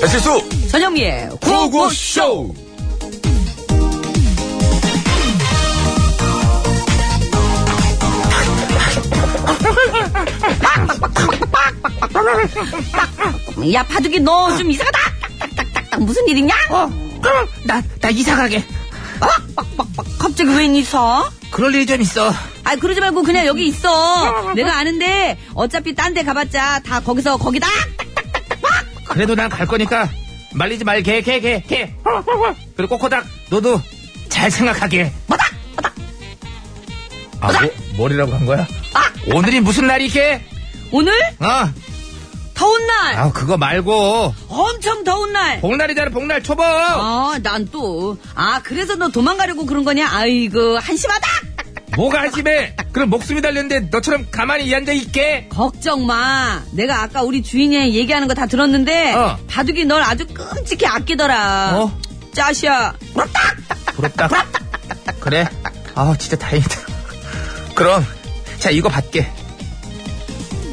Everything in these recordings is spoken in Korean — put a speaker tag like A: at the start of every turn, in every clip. A: 배칠수
B: 전영미의 구호구쇼! 야, 파두기, 너 좀 이상하다! 딱딱딱딱, 무슨 일이냐?
C: 어, 그럼 나, 나 이사 가게.
B: 어? 갑자기 웬 이사?
C: 그럴 일이 좀 있어.
B: 아, 그러지 말고 그냥 여기 있어. 내가 아는데, 어차피 딴 데 가봤자 다 거기서 거기다!
C: 그래도 난 갈 거니까 말리지 말게, 개, 개, 개. 그리고 꼬꼬닥, 너도 잘 생각하게. 아, 뭐, 머리라고 한 거야? 오늘이 무슨 날이게?
B: 오늘?
C: 어,
B: 더운 날!
C: 아 어. 그거 말고.
B: 엄청 더운 날!
C: 복날이잖아, 복날 초보.
B: 아, 난 또. 아, 그래서 너 도망가려고 그런 거냐? 아이고, 한심하다!
C: 뭐가 한심해? 그럼 목숨이 달렸는데 너처럼 가만히 앉아 있게.
B: 걱정 마. 내가 아까 우리 주인이 얘기하는 거 다 들었는데,
C: 어.
B: 바둑이 널 아주 끔찍히 아끼더라.
C: 어?
B: 짜시야.
C: 부럽다. 그래. 아, 진짜 다행이다. 그럼 자 이거 받게.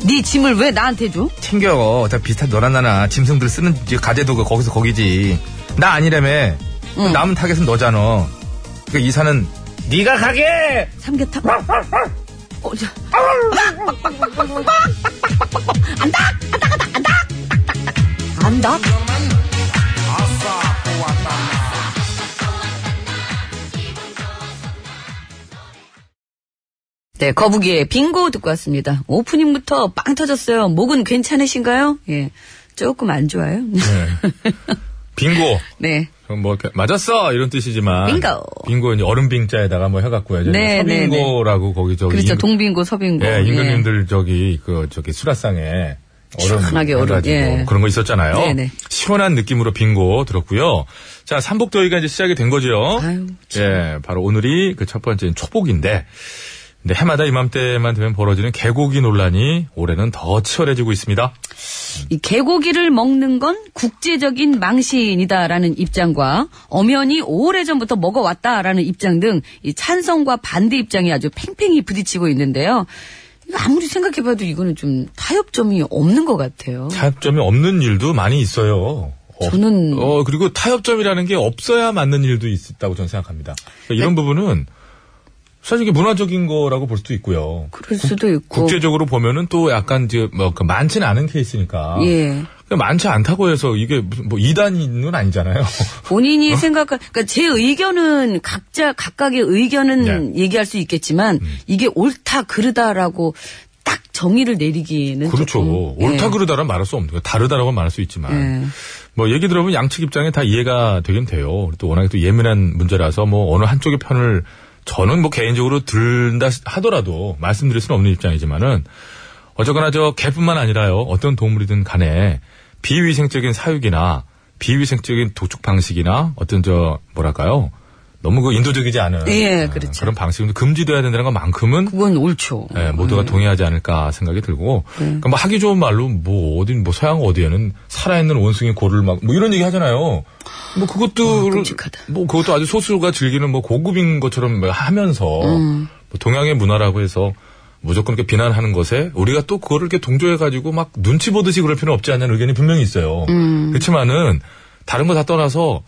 B: 네 짐을 왜 나한테 줘?
C: 챙겨. 어차피 비슷한 너랑 나나 짐승들 쓰는 이제 가재도가 그 거기서 거기지. 나 아니라며. 그
B: 응.
C: 남은 타겟은 너잖아. 그러니까 이사는 네가 가게.
B: 삼계탕. 어, 자. 안다! 안다! 안다! 안다! 안다! 네, 거북이의 빙고 듣고 왔습니다. 오프닝부터 빵 터졌어요. 목은 괜찮으신가요? 예. 조금 안 좋아요.
D: 네. 빙고.
B: 네.
D: 그럼 뭐 이렇게 맞았어 이런 뜻이지만
B: 빙고.
D: 빙고 이제 얼음 빙자에다가 뭐 해갖고 예전에
B: 네,
D: 서빙고라고 거기 저기
B: 그렇죠.
D: 어, 임-
B: 동빙고, 서빙고.
D: 예,
B: 예.
D: 임금님들 저기 그 저기 수라상에 얼음
B: 시원하게 얼음,
D: 해가지고
B: 예.
D: 그런 거 있었잖아요.
B: 네네.
D: 시원한 느낌으로 빙고 들었고요. 자 삼복더위가 이제 시작이 된 거죠.
B: 아유, 참.
D: 예, 바로 오늘이 그 첫 번째인 초복인데. 근데 해마다 이맘때만 되면 벌어지는 개고기 논란이 올해는 더 치열해지고 있습니다.
B: 이 개고기를 먹는 건 국제적인 망신이다라는 입장과 엄연히 오래전부터 먹어왔다라는 입장 등 이 찬성과 반대 입장이 아주 팽팽히 부딪히고 있는데요. 이거 아무리 생각해봐도 이거는 좀 타협점이 없는 것 같아요.
D: 타협점이 없는 일도 많이 있어요. 어,
B: 저는-
D: 어 그리고 타협점이라는 게 없어야 맞는 일도 있다고 저는 생각합니다. 그러니까 이런
B: 네.
D: 부분은 사실 이게 문화적인 거라고 볼 수도 있고요.
B: 그럴 수도 있고.
D: 국제적으로 보면은 또 약간 이제 뭐그 많지는 않은 케이스니까.
B: 예.
D: 그러니까 많지 않다고 해서 이게 무슨 뭐 이단은 아니잖아요. 어?
B: 본인이 생각할, 그니까 제 의견은 각자, 각각의
D: 네.
B: 의견은 얘기할 수 있겠지만
D: 음.
B: 이게 옳다, 그르다라고 딱 정의를 내리기는.
D: 그렇죠.
B: 조금,
D: 옳다
B: 예.
D: 그르다란 말할 수 없는 거예요. 다르다라고 말할 수 있지만.
B: 예.
D: 뭐 얘기 들어보면 양측 입장에 다 이해가 되긴 돼요. 또 워낙에 또 예민한 문제라서 뭐 어느 한쪽의 편을 저는 뭐 개인적으로 들다 하더라도 말씀드릴 수는 없는 입장이지만은 어쨌거나 저 개뿐만 아니라요 어떤 동물이든 간에 비위생적인 사육이나 비위생적인 도축 방식이나 어떤 저 뭐랄까요 너무 그 인도적이지 않은
B: 예, 그렇죠.
D: 런 방식은 금지돼야 된다는 것만큼은
B: 그건 옳죠.
D: 예,
B: 음.
D: 모두가 동의하지 않을까 생각이 들고,
B: 네.
D: 그러니까 뭐 하기 좋은 말로 뭐 어디 뭐 서양 어디에는 살아있는 원숭이 고를 막 뭐 이런 얘기 하잖아요. 뭐 그것도
B: 어, 끔찍하다.
D: 뭐 그것도 아주 소수가 즐기는 뭐 고급인 것처럼 뭐 하면서
B: 음.
D: 뭐 동양의 문화라고 해서 무조건 이렇게 비난하는 것에 우리가 또 그거를 이렇게 동조해가지고 막 눈치 보듯이 그럴 필요는 없지 않냐는 의견이 분명히 있어요.
B: 음.
D: 그렇지만은 다른 거 다 떠나서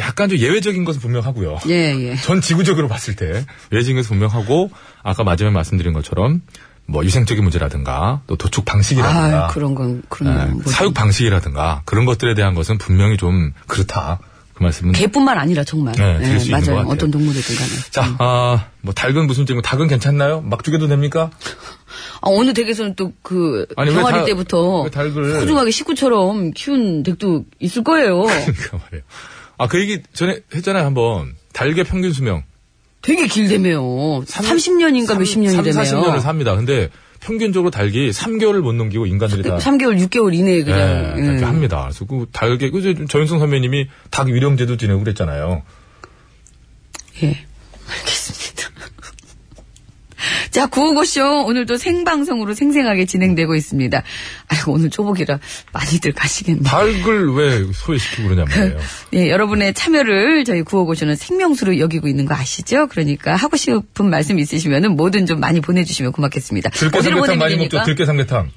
D: 약간 좀 예외적인 것은 분명하고요.
B: 예, 예.
D: 전 지구적으로 봤을 때 외진에서 분명하고 아까 마지막에 말씀드린 것처럼 뭐 위생적인 문제라든가 또 도축 방식이라든가
B: 아, 그런 건 그런
D: 예,
B: 건 뭐지.
D: 사육 방식이라든가 그런 것들에 대한 것은 분명히 좀 그렇다. 그 말씀은
B: 개뿐만 아니라 정말. 예,
D: 네, 들을 수 있는 것
B: 맞아요.
D: 같아요.
B: 어떤 동물이든 간에. 음.
D: 자, 아, 뭐 닭은 무슨 뭐 닭은 괜찮나요? 막 죽여도 됩니까?
B: 아, 어느 댁에서는 또 그
D: 아니, 왜
B: 병아리
D: 다-
B: 때부터
D: 왜 닭을-
B: 소중하게 식구처럼 키운 댁도 있을 거예요.
D: 그러니까 말이에요. 아, 그 얘기 전에 했잖아요, 한번. 달걀 평균 수명.
B: 되게 길다며요. 30년인가 몇십 년이 되네요.
D: 3, 40년을 삽니다. 근데 평균적으로 닭이 3개월을 못 넘기고 인간들이 다
B: 3개월, 6개월 그 이내에
D: 예,
B: 그냥.
D: 그렇게
B: 예.
D: 합니다. 그래서 그 달걀 그 저윤성 선배님이 닭 위령제도 지내고 그랬잖아요.
B: 예. 알겠습니다. 자, 구호고쇼. 오늘도 생방송으로 생생하게 진행되고 있습니다. 아이고, 오늘 초복이라 많이들 가시겠네요.
D: 닭을 왜 소외시키고 그러냐 말이에요.
B: 예, 여러분의 참여를 저희 구호고쇼는 생명수로 여기고 있는 거 아시죠? 그러니까 하고 싶은 말씀 있으시면은 뭐든 좀 많이 보내주시면 고맙겠습니다.
D: 들깨
B: 어디로
D: 삼계탕
B: 보내면
D: 많이
B: 됩니까?
D: 먹죠. 들깨 삼계탕.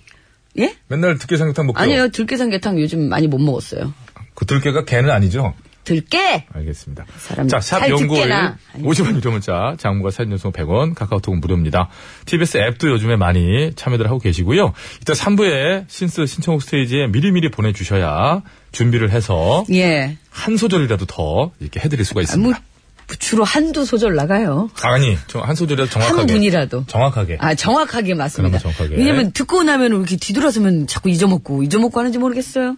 B: 예?
D: 맨날 들깨 삼계탕 먹죠.
B: 아니요, 들깨삼계탕 요즘 많이 못 먹었어요.
D: 그 들깨가 개는 아니죠.
B: 들깨!
D: 알겠습니다.
B: 사람
D: 자, 샵
B: 살
D: 연구일
B: 듣게나.
D: 50원 유료 문자, 장문과 사진 연속 100원, 카카오톡은 무료입니다. TBS 앱도 요즘에 많이 참여들 하고 계시고요. 이따 3부에 신스 신청곡 스테이지에 미리미리 보내주셔야 준비를 해서
B: 예.
D: 한 소절이라도 더 이렇게 해드릴 수가
B: 아, 뭐,
D: 있습니다.
B: 주로 한두 소절 나가요.
D: 아니, 저 한 소절이라도 정확하게.
B: 한 분이라도.
D: 정확하게.
B: 아, 정확하게 맞습니다.
D: 그나마 정확하게.
B: 왜냐면 듣고 나면 이렇게 뒤돌아서면 자꾸 잊어먹고, 잊어먹고 하는지 모르겠어요.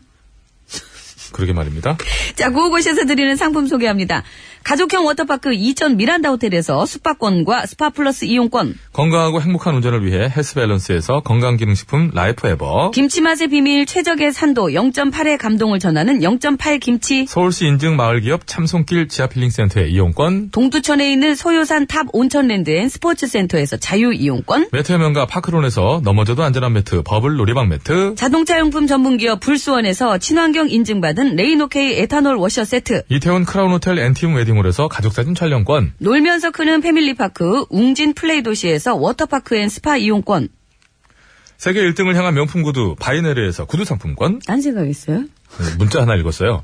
D: 그러게 말입니다.
B: 자, 구호고시에서 드리는 상품 소개합니다. 가족형 워터파크 이천 미란다 호텔에서 숙박권과 스파 플러스 이용권,
D: 건강하고 행복한 운전을 위해 헬스 밸런스에서 건강기능식품 라이프 에버.
B: 김치 맛의 비밀 최적의 산도 0.8의 감동을 전하는 0.8 김치,
D: 서울시 인증 마을기업 참손길 지하필링센터의 이용권.
B: 동두천에 있는 소요산 탑 온천랜드 앤 스포츠센터에서 자유 이용권,
D: 매트의 명가 파크론에서 넘어져도 안전한 매트, 버블 놀이방 매트.
B: 자동차용품 전문기업 불수원에서 친환경 인증받은 레인오케이 에탄올 워셔 세트,
D: 이태원 크라운 호텔 엔티움 웨딩홀에서 가족사진 촬영권.
B: 놀면서 크는 패밀리파크 웅진 플레이 도시에서 워터파크 앤 스파 이용권.
D: 세계 1등을 향한 명품 구두 바이네르에서 구두 상품권.
B: 딴 생각했어요?
D: 네, 문자 하나 읽었어요.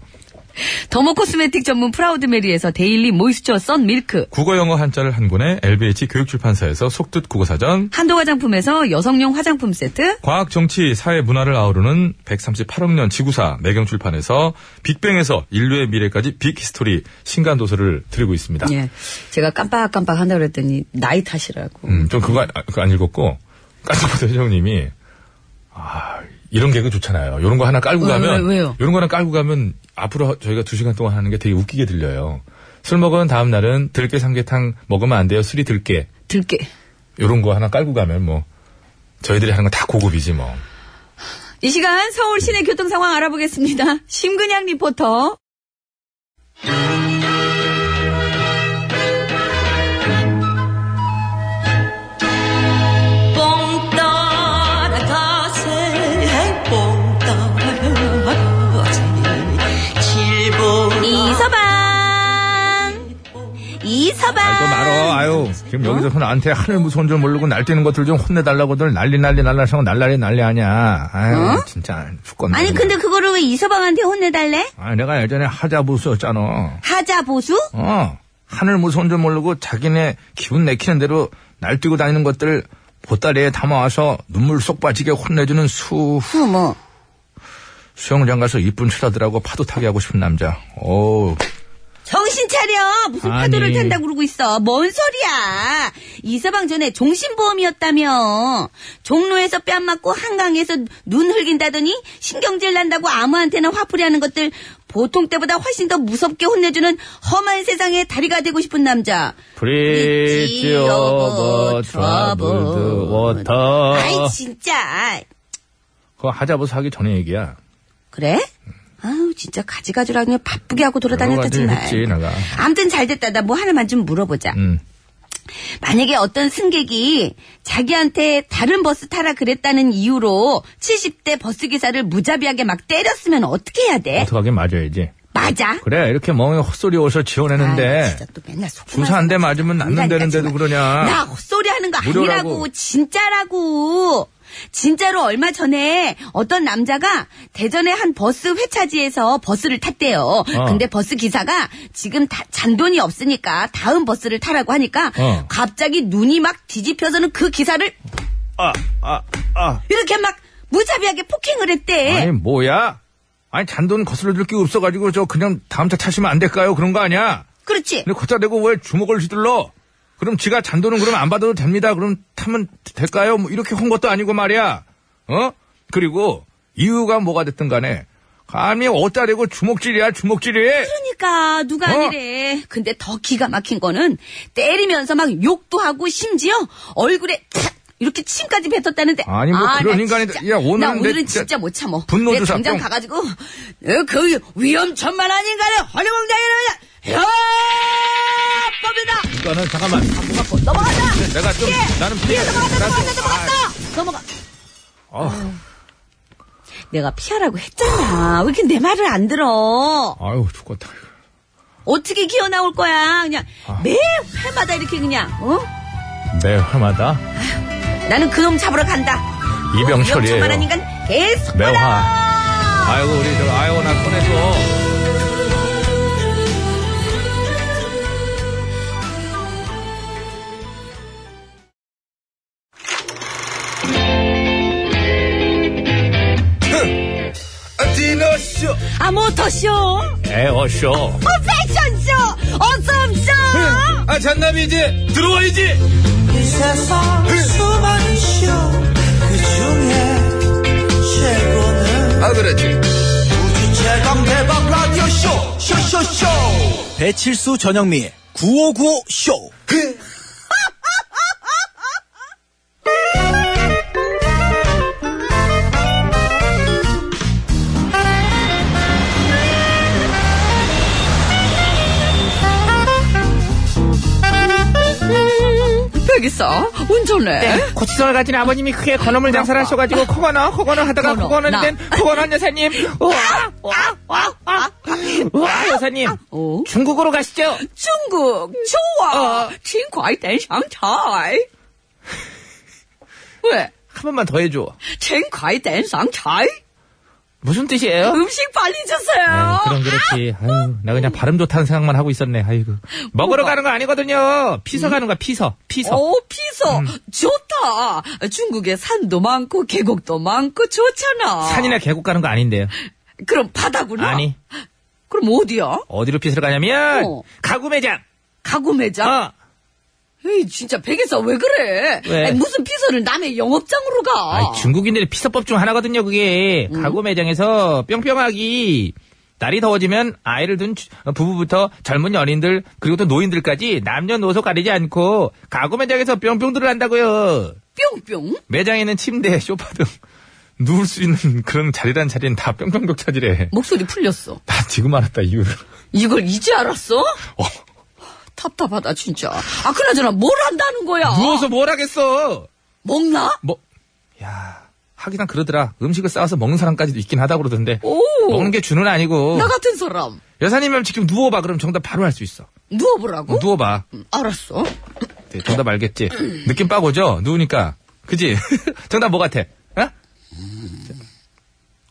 B: 더모 코스메틱 전문 프라우드메리에서 데일리 모이스처 썬 밀크.
D: 국어 영어 한자를 한 권에 LBH 교육출판사에서 속뜻 국어사전.
B: 한도 화장품에서 여성용 화장품 세트.
D: 과학, 정치, 사회, 문화를 아우르는 138억 년 지구사 매경출판에서 빅뱅에서 인류의 미래까지 빅히스토리 신간도서를 드리고 있습니다.
B: 예. 제가 깜빡깜빡 한다 그랬더니 나이 탓이라고.
D: 음, 좀 그거, 안- 아, 그거 안 읽었고, 까짓부터 회장님이, 아, 이런 개그 좋잖아요. 이런 거 하나 깔고
B: 왜,
D: 가면,
B: 왜, 왜요?
D: 이런 거 하나 깔고 가면, 앞으로 저희가 두 시간 동안 하는 게 되게 웃기게 들려요. 술 먹은 다음 날은 들깨 삼계탕 먹으면 안 돼요. 술이 들깨.
B: 들깨.
D: 이런 거 하나 깔고 가면 뭐, 저희들이 하는 건 다 고급이지 뭐.
B: 이 시간 서울 시내 교통 상황 알아보겠습니다. 심근양 리포터. 이서방.
D: 아, 이거
B: 이서방.
D: 말어, 아유. 지금 여기서 나한테 하늘 무서운 줄 모르고 날뛰는 것들 좀 혼내달라고들 난리 난리 날라서 날라리 난리 아니야. 아유, 진짜 죽겠네.
B: 아니 근데 그거를 왜 이서방한테 혼내달래?
D: 아, 내가 예전에 하자부 썼잖아.
B: 하자 보수?
D: 어, 하늘 무서운 줄 모르고 자기네 기분 내키는 대로 날뛰고 다니는 것들 보따리에 담아와서 눈물 쏙 빠지게 혼내주는 수,
B: 후 뭐.
D: 수영장 가서 이쁜 추다들하고 파도 타게 하고 싶은 남자. 오,
B: 정신 차려! 무슨
D: 아니. 네.
B: 파도를 탄다고 그러고 있어. 뭔 소리야! 이서방 전에 종신보험이었다며. 종로에서 뺨 맞고 한강에서 눈 흘긴다더니 신경질 난다고 아무한테나 화풀이 하는 것들 보통 때보다 훨씬 더 무섭게 혼내주는 험한 세상에 다리가 되고 싶은 남자.
D: 브릿지
B: 오버
D: 오버
B: 트러블드
D: 트러블드 워터.
B: 아이, 진짜.
D: 그거 하자부 사기 전에 얘기야.
B: 그래? 아우, 진짜 가지가지로 그냥 바쁘게 하고
D: 여러
B: 돌아다녔다,
D: 가지 했지,
B: 정말.
D: 내가.
B: 암튼 잘 됐다. 나 뭐 하나만 좀 물어보자.
D: 음.
B: 만약에 어떤 승객이 자기한테 다른 버스 타라 그랬다는 이유로 70대 버스 기사를 무자비하게 막 때렸으면 어떻게 해야 돼?
D: 어떡하게 맞아야지.
B: 맞아?
D: 그래, 이렇게 멍에 헛소리 오서 지어내는데.
B: 아, 진짜 또 맨날 속만
D: 주사 한 대 맞으면
B: 난다니까,
D: 낫는다는데도
B: 정말.
D: 그러냐.
B: 나 헛소리 하는 거
D: 무료라고.
B: 아니라고 진짜라고 진짜로 얼마 전에 어떤 남자가 대전의 한 버스 회차지에서 버스를 탔대요.
D: 어.
B: 근데 버스 기사가 지금 다- 잔돈이 없으니까 다음 버스를 타라고 하니까
D: 어.
B: 갑자기 눈이 막 뒤집혀서는 그 기사를
C: 아, 아, 아.
B: 이렇게 막 무자비하게 폭행을 했대.
C: 아니, 뭐야? 아니, 잔돈 거슬러 줄 게 없어가지고, 저, 그냥 다음 차 타시면 안 될까요? 그런 거 아니야?
B: 그렇지.
C: 근데 걷다 대고 왜 주먹을 휘둘러? 그럼 지가 잔돈은 그럼 안 받아도 됩니다. 그럼 타면 될까요? 뭐 이렇게 혼 것도 아니고 말이야. 어? 그리고 이유가 뭐가 됐든 간에 감히 어따 대고 주먹질이야 주먹질이.
B: 그러니까 누가
C: 어?
B: 아니래. 근데 더 기가 막힌 거는 때리면서 막 욕도 하고 심지어 얼굴에 탁 이렇게 침까지 뱉었다는데.
C: 아니, 뭐
B: 나
C: 그런 인간이-
B: 진짜-
C: 야, 오늘은
B: 나 오늘은
C: 내
B: 진짜,
C: 진짜
B: 못 참어.
C: 분노
B: 내
C: 조사
B: 당장
C: 뿅.
B: 가가지고 어, 그 위험천만한 인간을 허리멍장이라 그냥 법이다.
D: 그러니까는 잠깐만.
B: 갖고 넘어간다.
C: 네, 내가 좀 나는
B: 피해
C: 피해.
B: 예, 넘어간다.
C: 나
B: 넘어간다.
C: 좀-
B: 넘어간다. 넘어가.
C: 아,
B: 내가 피하라고 했잖아. 왜 이렇게 내 말을 안 들어?
D: 아유 죽겠다.
B: 어떻게 기어 나올 거야? 그냥
D: 아.
B: 매 회마다 이렇게 그냥 어?
D: 매 화마다
B: 나는 그놈 잡으러 간다.
D: 이병철이에요.
B: 위험천만한 인간 계속
D: 매화.
B: 봐라.
C: 아이고 우리 저 아이고 나 꺼내줘.
A: 디너쇼
B: 아 모터쇼,
D: 에어쇼.
B: 어, 패션쇼, 어썸쇼.
C: 아 잔남이 이제 들어와야지.
E: 이 세상 수많은 쇼그 중에 최고는
C: 아 그렇지.
E: 우주 최강 대박 라디오 쇼 쇼쇼쇼 배칠수 전영미 9595 쇼.
B: 여기서 네. 운전해.
C: 고치성을 가진 아버님이 크게 건어물 장사를 하셔가지고 코건어 코건어 하다가
B: 건어, 나.
C: 코건어 된 코건어 여사님.
B: 아,
C: 와 여사님
B: 어?
C: 중국으로 가시죠.
B: 중국 좋아. 어, 칭과이 댄상차이. 왜?
C: 한 번만 더 해줘.
B: 칭과이 댄상차이?
C: 무슨 뜻이에요?
B: 음식 빨리 주세요.
D: 네,
C: 그럼 그렇지. 아유, 나 그냥 발음 좋다는 생각만 하고 있었네. 아이고. 먹으러
B: 뭐가?
C: 가는 거 아니거든요. 피서 가는 거야, 피서. 피서.
B: 오, 피서.
C: 음.
B: 좋다. 중국에 산도 많고 계곡도 많고 좋잖아.
C: 산이나 계곡 가는 거 아닌데요.
B: 그럼 바다구나.
C: 아니, 네.
B: 그럼 어디야?
C: 어디로 피서를 가냐면,
B: 어.
C: 가구 매장.
B: 가구 매장?
C: 어.
B: 에이, 진짜 백에서 왜 그래?
C: 왜?
B: 아니, 무슨 피서를 남의 영업장으로 가?
C: 아이, 중국인들의 피서법 중 하나거든요, 그게. 가구 매장에서 뿅뿅하기. 날이 더워지면 아이를 둔 주- 어, 부부부터 젊은 연인들, 그리고 또 노인들까지 남녀노소 가리지 않고 가구 매장에서 뿅뿅들을 한다고요.
B: 뿅뿅.
C: 매장에는 침대, 소파 등
D: 누울 수 있는 그런 자리란 자리는 다 뿅뿅뿅 차지래.
B: 목소리 풀렸어.
D: 나 지금 알았다 이유를.
B: 이걸 이제 알았어? 답답하다, 진짜. 아, 그나저나 뭘 한다는 거야?
C: 누워서 뭘 하겠어?
B: 먹나?
C: 뭐, 야, 하기는 그러더라. 음식을 싸와서 먹는 사람까지도 있긴 하다 그러던데.
B: 오.
C: 먹는 게 주는 아니고.
B: 나 같은 사람.
C: 여사님이면 지금 누워봐. 그럼 정답 바로 할 수 있어.
B: 누워보라고? 음,
C: 누워봐.
B: 알았어.
C: 네, 정답 알겠지? 느낌 빡 오죠? 누우니까. 그지? 정답 뭐 같아? 어?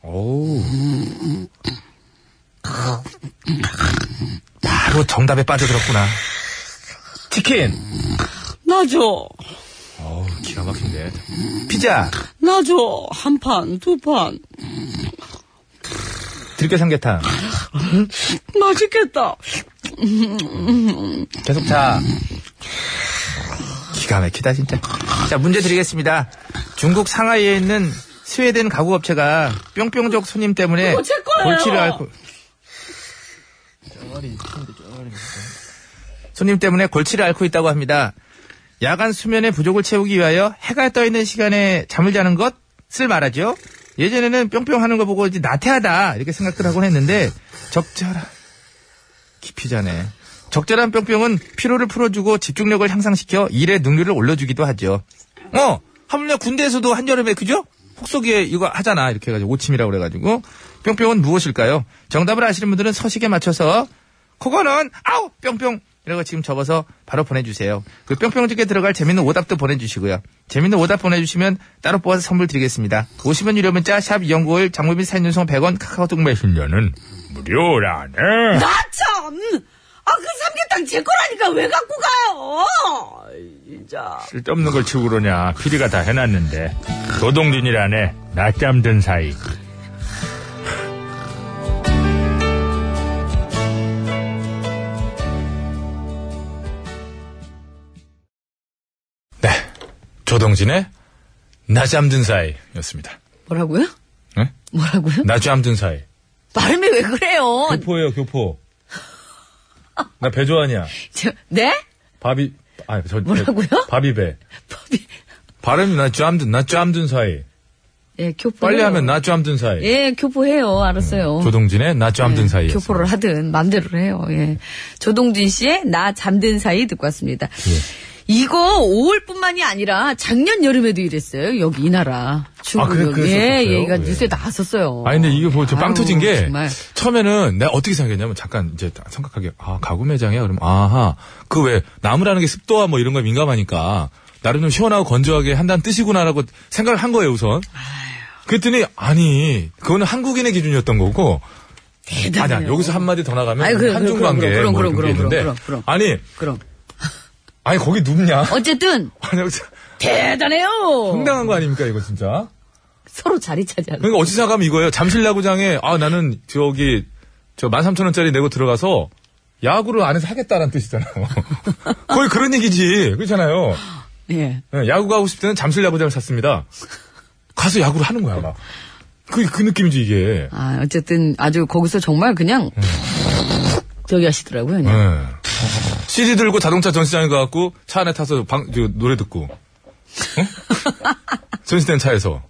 C: 오우. 바로 정답에 빠져들었구나. 치킨.
B: 나 줘.
C: 어우, 기가 막힌데. 피자.
B: 나 줘. 한 판, 두 판.
C: 들깨 삼계탕.
B: 맛있겠다. 어,
C: 계속 자. 기가 막히다 진짜. 자 문제 드리겠습니다. 중국 상하이에 있는 스웨덴 가구 업체가 뿅뿅족 손님 때문에
B: 그거 제 거예요.
C: 골치를 앓고 손님 때문에 골치를 앓고 있다고 합니다. 야간 수면의 부족을 채우기 위하여 해가 떠 있는 시간에 잠을 자는 것을 말하죠. 예전에는 뿅뿅 하는 거 보고 이제 나태하다 이렇게 생각들 하곤 했는데 적절한 깊이 자네. 적절한 뿅뿅은 피로를 풀어주고 집중력을 향상시켜 일의 능률을 올려주기도 하죠. 어, 하물며 군대에서도 한여름에 그죠? 혹서기에 이거 하잖아 이렇게 해가지고 오침이라고 그래가지고 뿅뿅은 무엇일까요? 정답을 아시는 분들은 서식에 맞춰서 그거는 아우 뿅뿅 이라고 지금 적어서 바로 보내주세요. 그 뿅뿅집게 들어갈 재밌는 오답도 보내주시고요. 재밌는 오답 보내주시면 따로 뽑아서 선물 드리겠습니다. 50원 유료 문자 샵 0951 장모빈 사인 연송 100원 카카오톡 메신저는
D: 무료라네.
B: 나 참! 아, 그 삼계탕 제 거라니까 왜 갖고 가요? 아이, 진짜.
D: 쓸데없는 걸 치고 그러냐. 피디가 다 해놨는데. 노동진이라네. 낮잠 든 사이. 네. 조동진의 낮잠 든 사이였습니다.
B: 뭐라고요?
D: 네?
B: 뭐라고요?
D: 낮잠 든 사이.
B: 발음이 왜 그래요?
D: 교포예요, 교포. 나 배조환이야.
B: 저, 네?
D: 밥이, 아, 저,
B: 뭐라고요?
D: 밥이 배.
B: 법이.
D: 발음이 나 짬든, 나 짬든 사이.
B: 예, 교포.
D: 빨리 하면 나 짬든 사이.
B: 예, 교포해요. 알았어요.
D: 조동진의 나 잠든
B: 예,
D: 사이.
B: 교포를 하든 맘대로 해요. 예. 조동진 씨의 나 잠든 사이 듣고 왔습니다.
D: 예.
B: 이거 5월뿐만이 아니라 작년 여름에도 이랬어요. 여기 이 나라 중국
D: 아, 그래,
B: 여기.
D: 그랬었었어요?
B: 예, 예, 이거
D: 예.
B: 뉴스에 나왔었어요.
D: 아니 근데 이게 뭐저빵
B: 아유,
D: 터진 게
B: 정말.
D: 처음에는 내가 어떻게 생각했냐면 잠깐 이제 딱 생각하게 아 가구 매장이야 그러면 아하 그 왜 나무라는 게 습도와 뭐 이런 거에 민감하니까 나름 좀 시원하고 건조하게 한다는 뜻이구나라고 생각을 한 거예요 우선. 그랬더니 아니 그거는 한국인의 기준이었던 거고.
B: 대단해요.
D: 아니야 여기서 한 마디 더 나가면
B: 네. 아이, 그래,
D: 한중
B: 그럼,
D: 관계
B: 그럼,
D: 뭐 이런
B: 그럼,
D: 게
B: 그럼,
D: 있는데
B: 그럼, 그럼, 그럼.
D: 아니
B: 그럼
D: 아니 거기 눕냐?
B: 어쨌든
D: 아니
B: 대단해요.
D: 황당한 거 아닙니까 이거 진짜?
B: 서로 자리 차지하는.
D: 그러니까 어찌 생각하면 이거예요. 잠실 야구장에 아 나는 저기 저 13,000원짜리 내고 들어가서 야구를 안에서 하겠다라는 뜻이잖아요. 거의 그런 얘기지. 그렇잖아요.
B: 예.
D: 예, 야구 가고 싶을 때는 잠실 야구장을 샀습니다. 가서 야구를 하는 거야, 막. 그, 그 느낌이지, 이게.
B: 아, 어쨌든 아주 거기서 정말 그냥 저기 하시더라고요. 그냥.
D: 예. CD 들고 자동차 전시장에 가갖고 차 안에 타서 방, 저, 노래 듣고. 어? 전시된 차에서.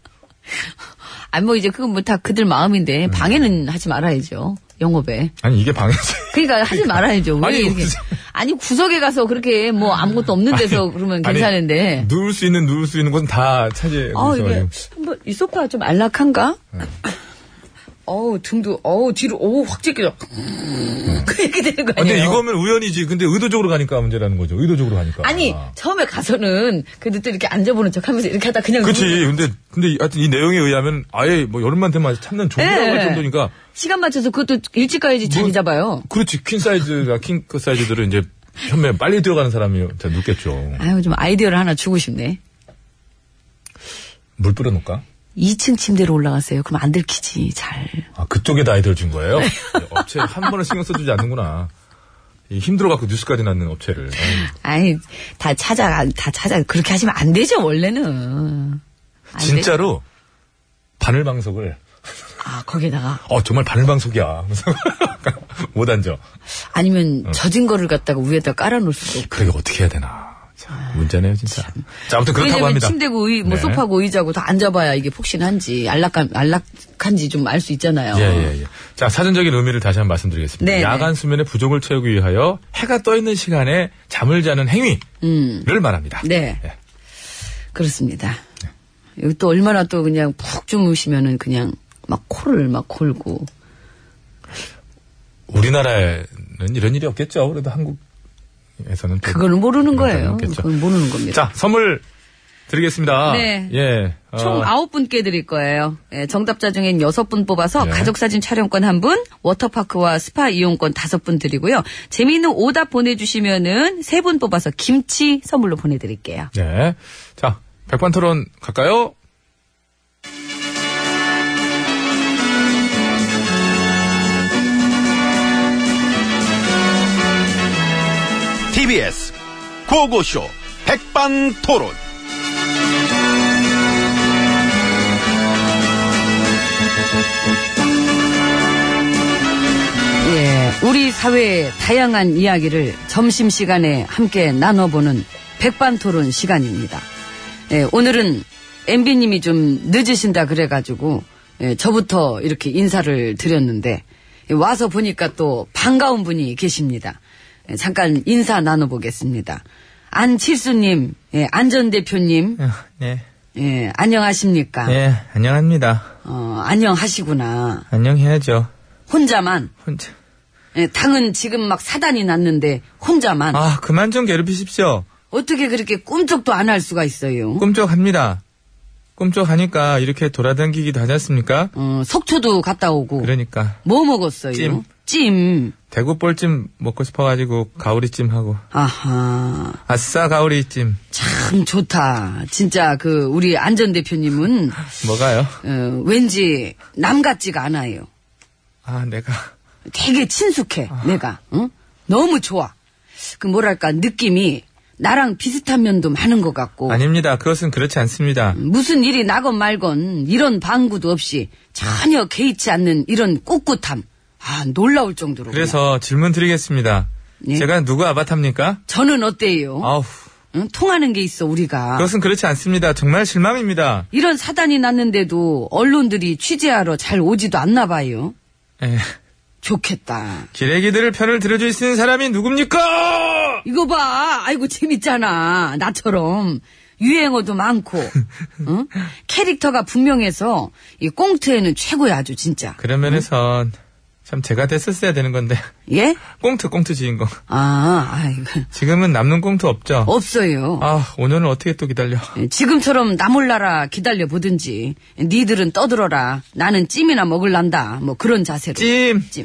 B: 아니 뭐 이제 그건 뭐 다 그들 마음인데 방해는 하지 말아야죠. 영업에.
D: 아니, 이게 방해지.
B: 그러니까 하지 말아야죠. 왜
D: 아니,
B: 이렇게.
D: 무슨-
B: 아니 구석에 가서 그렇게 뭐 아무것도 없는 데서 그러면
D: 아니,
B: 괜찮은데.
D: 누울 수 있는, 누울 수 있는 곳은 다 차지해가지고.
B: 아 이게 한번 이 소파 좀 안락한가?
D: 네.
B: 어우 등도 어우 뒤로 어우 확 찢겨. 그렇게 되는 거
D: 아, 근데
B: 아니에요?
D: 이거면 우연이지. 근데 의도적으로 가니까 문제라는 거죠. 의도적으로 가니까.
B: 아니
D: 아.
B: 처음에 가서는 그래도 또 이렇게 앉아보는 척하면서 이렇게 하다 그냥
D: 그치.
B: 누우면
D: 근데, 근데 하여튼 이 내용에 의하면 아예 뭐 여름만테만 참는 종이라고 할
B: 예.
D: 정도니까.
B: 시간 맞춰서 그것도 일찍 가야지 자리
D: 뭐-
B: 잡아요.
D: 그렇지. 퀸 사이즈가 킹 사이즈들은 이제 현매 빨리 들어가는 사람이 자, 눕겠죠.
B: 아유 좀 아이디어를 하나 주고 싶네.
D: 물 뿌려놓을까?
B: 2층 침대로 올라가세요. 그럼 안 들키지 잘.
D: 아, 그쪽에다 아이디어를 준 거예요? 네, 업체 한 번은 신경 써주지 않는구나. 이 힘들어갖고 뉴스까지 났는 업체를. 아유.
B: 아니 다 찾아 다 찾아 그렇게 하시면 안 되죠 원래는. 안 되죠.
D: 진짜로 바늘방석을.
B: 아 거기다가
D: 어, 정말 바늘방석이야. 하면서 못 앉아. 어.
B: 아니면 젖은 거를 갖다가 위에다 깔아놓을 수도 있고.
D: 그러게 어떻게 해야 되나. 참, 문제네요, 진짜. 자, 아무튼 그렇다고
B: 왜냐면
D: 합니다.
B: 침대고 의, 뭐
D: 네.
B: 소파고 의자고 다 앉아봐야 이게 폭신한지 안락한 안락한지 좀 알 수 있잖아요.
D: 예, 예, 예. 자, 사전적인 의미를 다시 한번 말씀드리겠습니다.
B: 네, 네.
D: 야간 수면의 부족을 채우기 위하여 해가 떠 있는 시간에 잠을 자는 행위를 말합니다.
B: 네.
D: 예.
B: 그렇습니다.
D: 네.
B: 여기 또 얼마나 또 그냥 푹 주무시면은 그냥 막 코를 막 골고
D: 우리나라에는 이런 일이 없겠죠. 그래도 한국에서는. 또
B: 그거는 모르는
D: 이런
B: 거예요.
D: 없겠죠.
B: 그건 모르는 겁니다.
D: 자, 선물 드리겠습니다.
B: 네.
D: 예. 어,
B: 총 아홉 분께 드릴 거예요. 예, 정답자 중엔 여섯 분 뽑아서
D: 네.
B: 가족사진 촬영권 한 분, 워터파크와 스파 이용권 다섯 분 드리고요. 재미있는 오답 보내주시면은 세 분 뽑아서 김치 선물로 보내드릴게요.
D: 네. 자, 백반 토론 갈까요?
E: TBS 고고쇼 백반토론
B: 예, 우리 사회의 다양한 이야기를 점심시간에 함께 나눠보는 백반토론 시간입니다. 예, 오늘은 MB님이 좀 늦으신다 그래가지고 예, 저부터 이렇게 인사를 드렸는데 예, 와서 보니까 또 반가운 분이 계십니다. 예, 잠깐 인사 나눠보겠습니다. 안칠수님, 예, 안전대표님,
C: 네.
B: 예, 안녕하십니까?
D: 네.
C: 예, 안녕합니다.
B: 어, 안녕하시구나.
C: 안녕해야죠.
B: 혼자만.
C: 혼자.
B: 예, 당은 지금 막 사단이 났는데 혼자만
C: 아, 그만 좀 괴롭히십시오.
B: 어떻게 그렇게 꿈쩍도 안 할 수가 있어요?
C: 꿈쩍합니다.
D: 꿈쩍하니까 이렇게 돌아다니기도 하지 않습니까?
B: 어, 속초도 갔다 오고.
D: 그러니까
B: 뭐 먹었어요?
D: 찜.
B: 찜.
D: 대구볼찜 먹고 싶어가지고 가오리찜하고
B: 아하.
D: 아싸 가오리찜
B: 참 좋다. 진짜 그 우리 안전 대표님은
D: 뭐가요?
B: 어, 왠지 남 같지가 않아요.
D: 아 내가
B: 되게 친숙해, 내가. 응? 너무 좋아. 그 뭐랄까, 느낌이 나랑 비슷한 면도 많은 것 같고.
D: 아닙니다. 그것은 그렇지 않습니다.
B: 무슨 일이 나건 말건 이런 방구도 없이 전혀 개의치 않는 이런 꿋꿋함. 아, 놀라울 정도로. 그냥.
D: 그래서 질문 드리겠습니다.
B: 예?
D: 제가 누구 아바타입니까?
B: 저는 어때요?
D: 아우
B: 응? 통하는 게 있어, 우리가.
D: 그것은 그렇지 않습니다. 정말 실망입니다.
B: 이런 사단이 났는데도 언론들이 취재하러 잘 오지도 않나 봐요.
D: 에,
B: 좋겠다.
D: 예, 기레기들을 편을 들어줄 수 있는 사람이 누굽니까?
B: 이거 봐. 아이고, 재밌잖아. 나처럼. 유행어도 많고, 응? 캐릭터가 분명해서, 이 꽁트에는 최고야, 아주, 진짜.
D: 그런 면에선 참 제가 됐었어야 되는 건데
B: 예?
D: 꽁트 꽁트 주인공
B: 아, 아이고.
D: 지금은 남는 꽁트 없죠?
B: 없어요.
D: 아 오늘은 어떻게 또 기다려?
B: 지금처럼 나 몰라라 기다려 보든지, 니들은 떠들어라. 나는 찜이나 먹을란다. 뭐 그런 자세로.
D: 찜
B: 찜.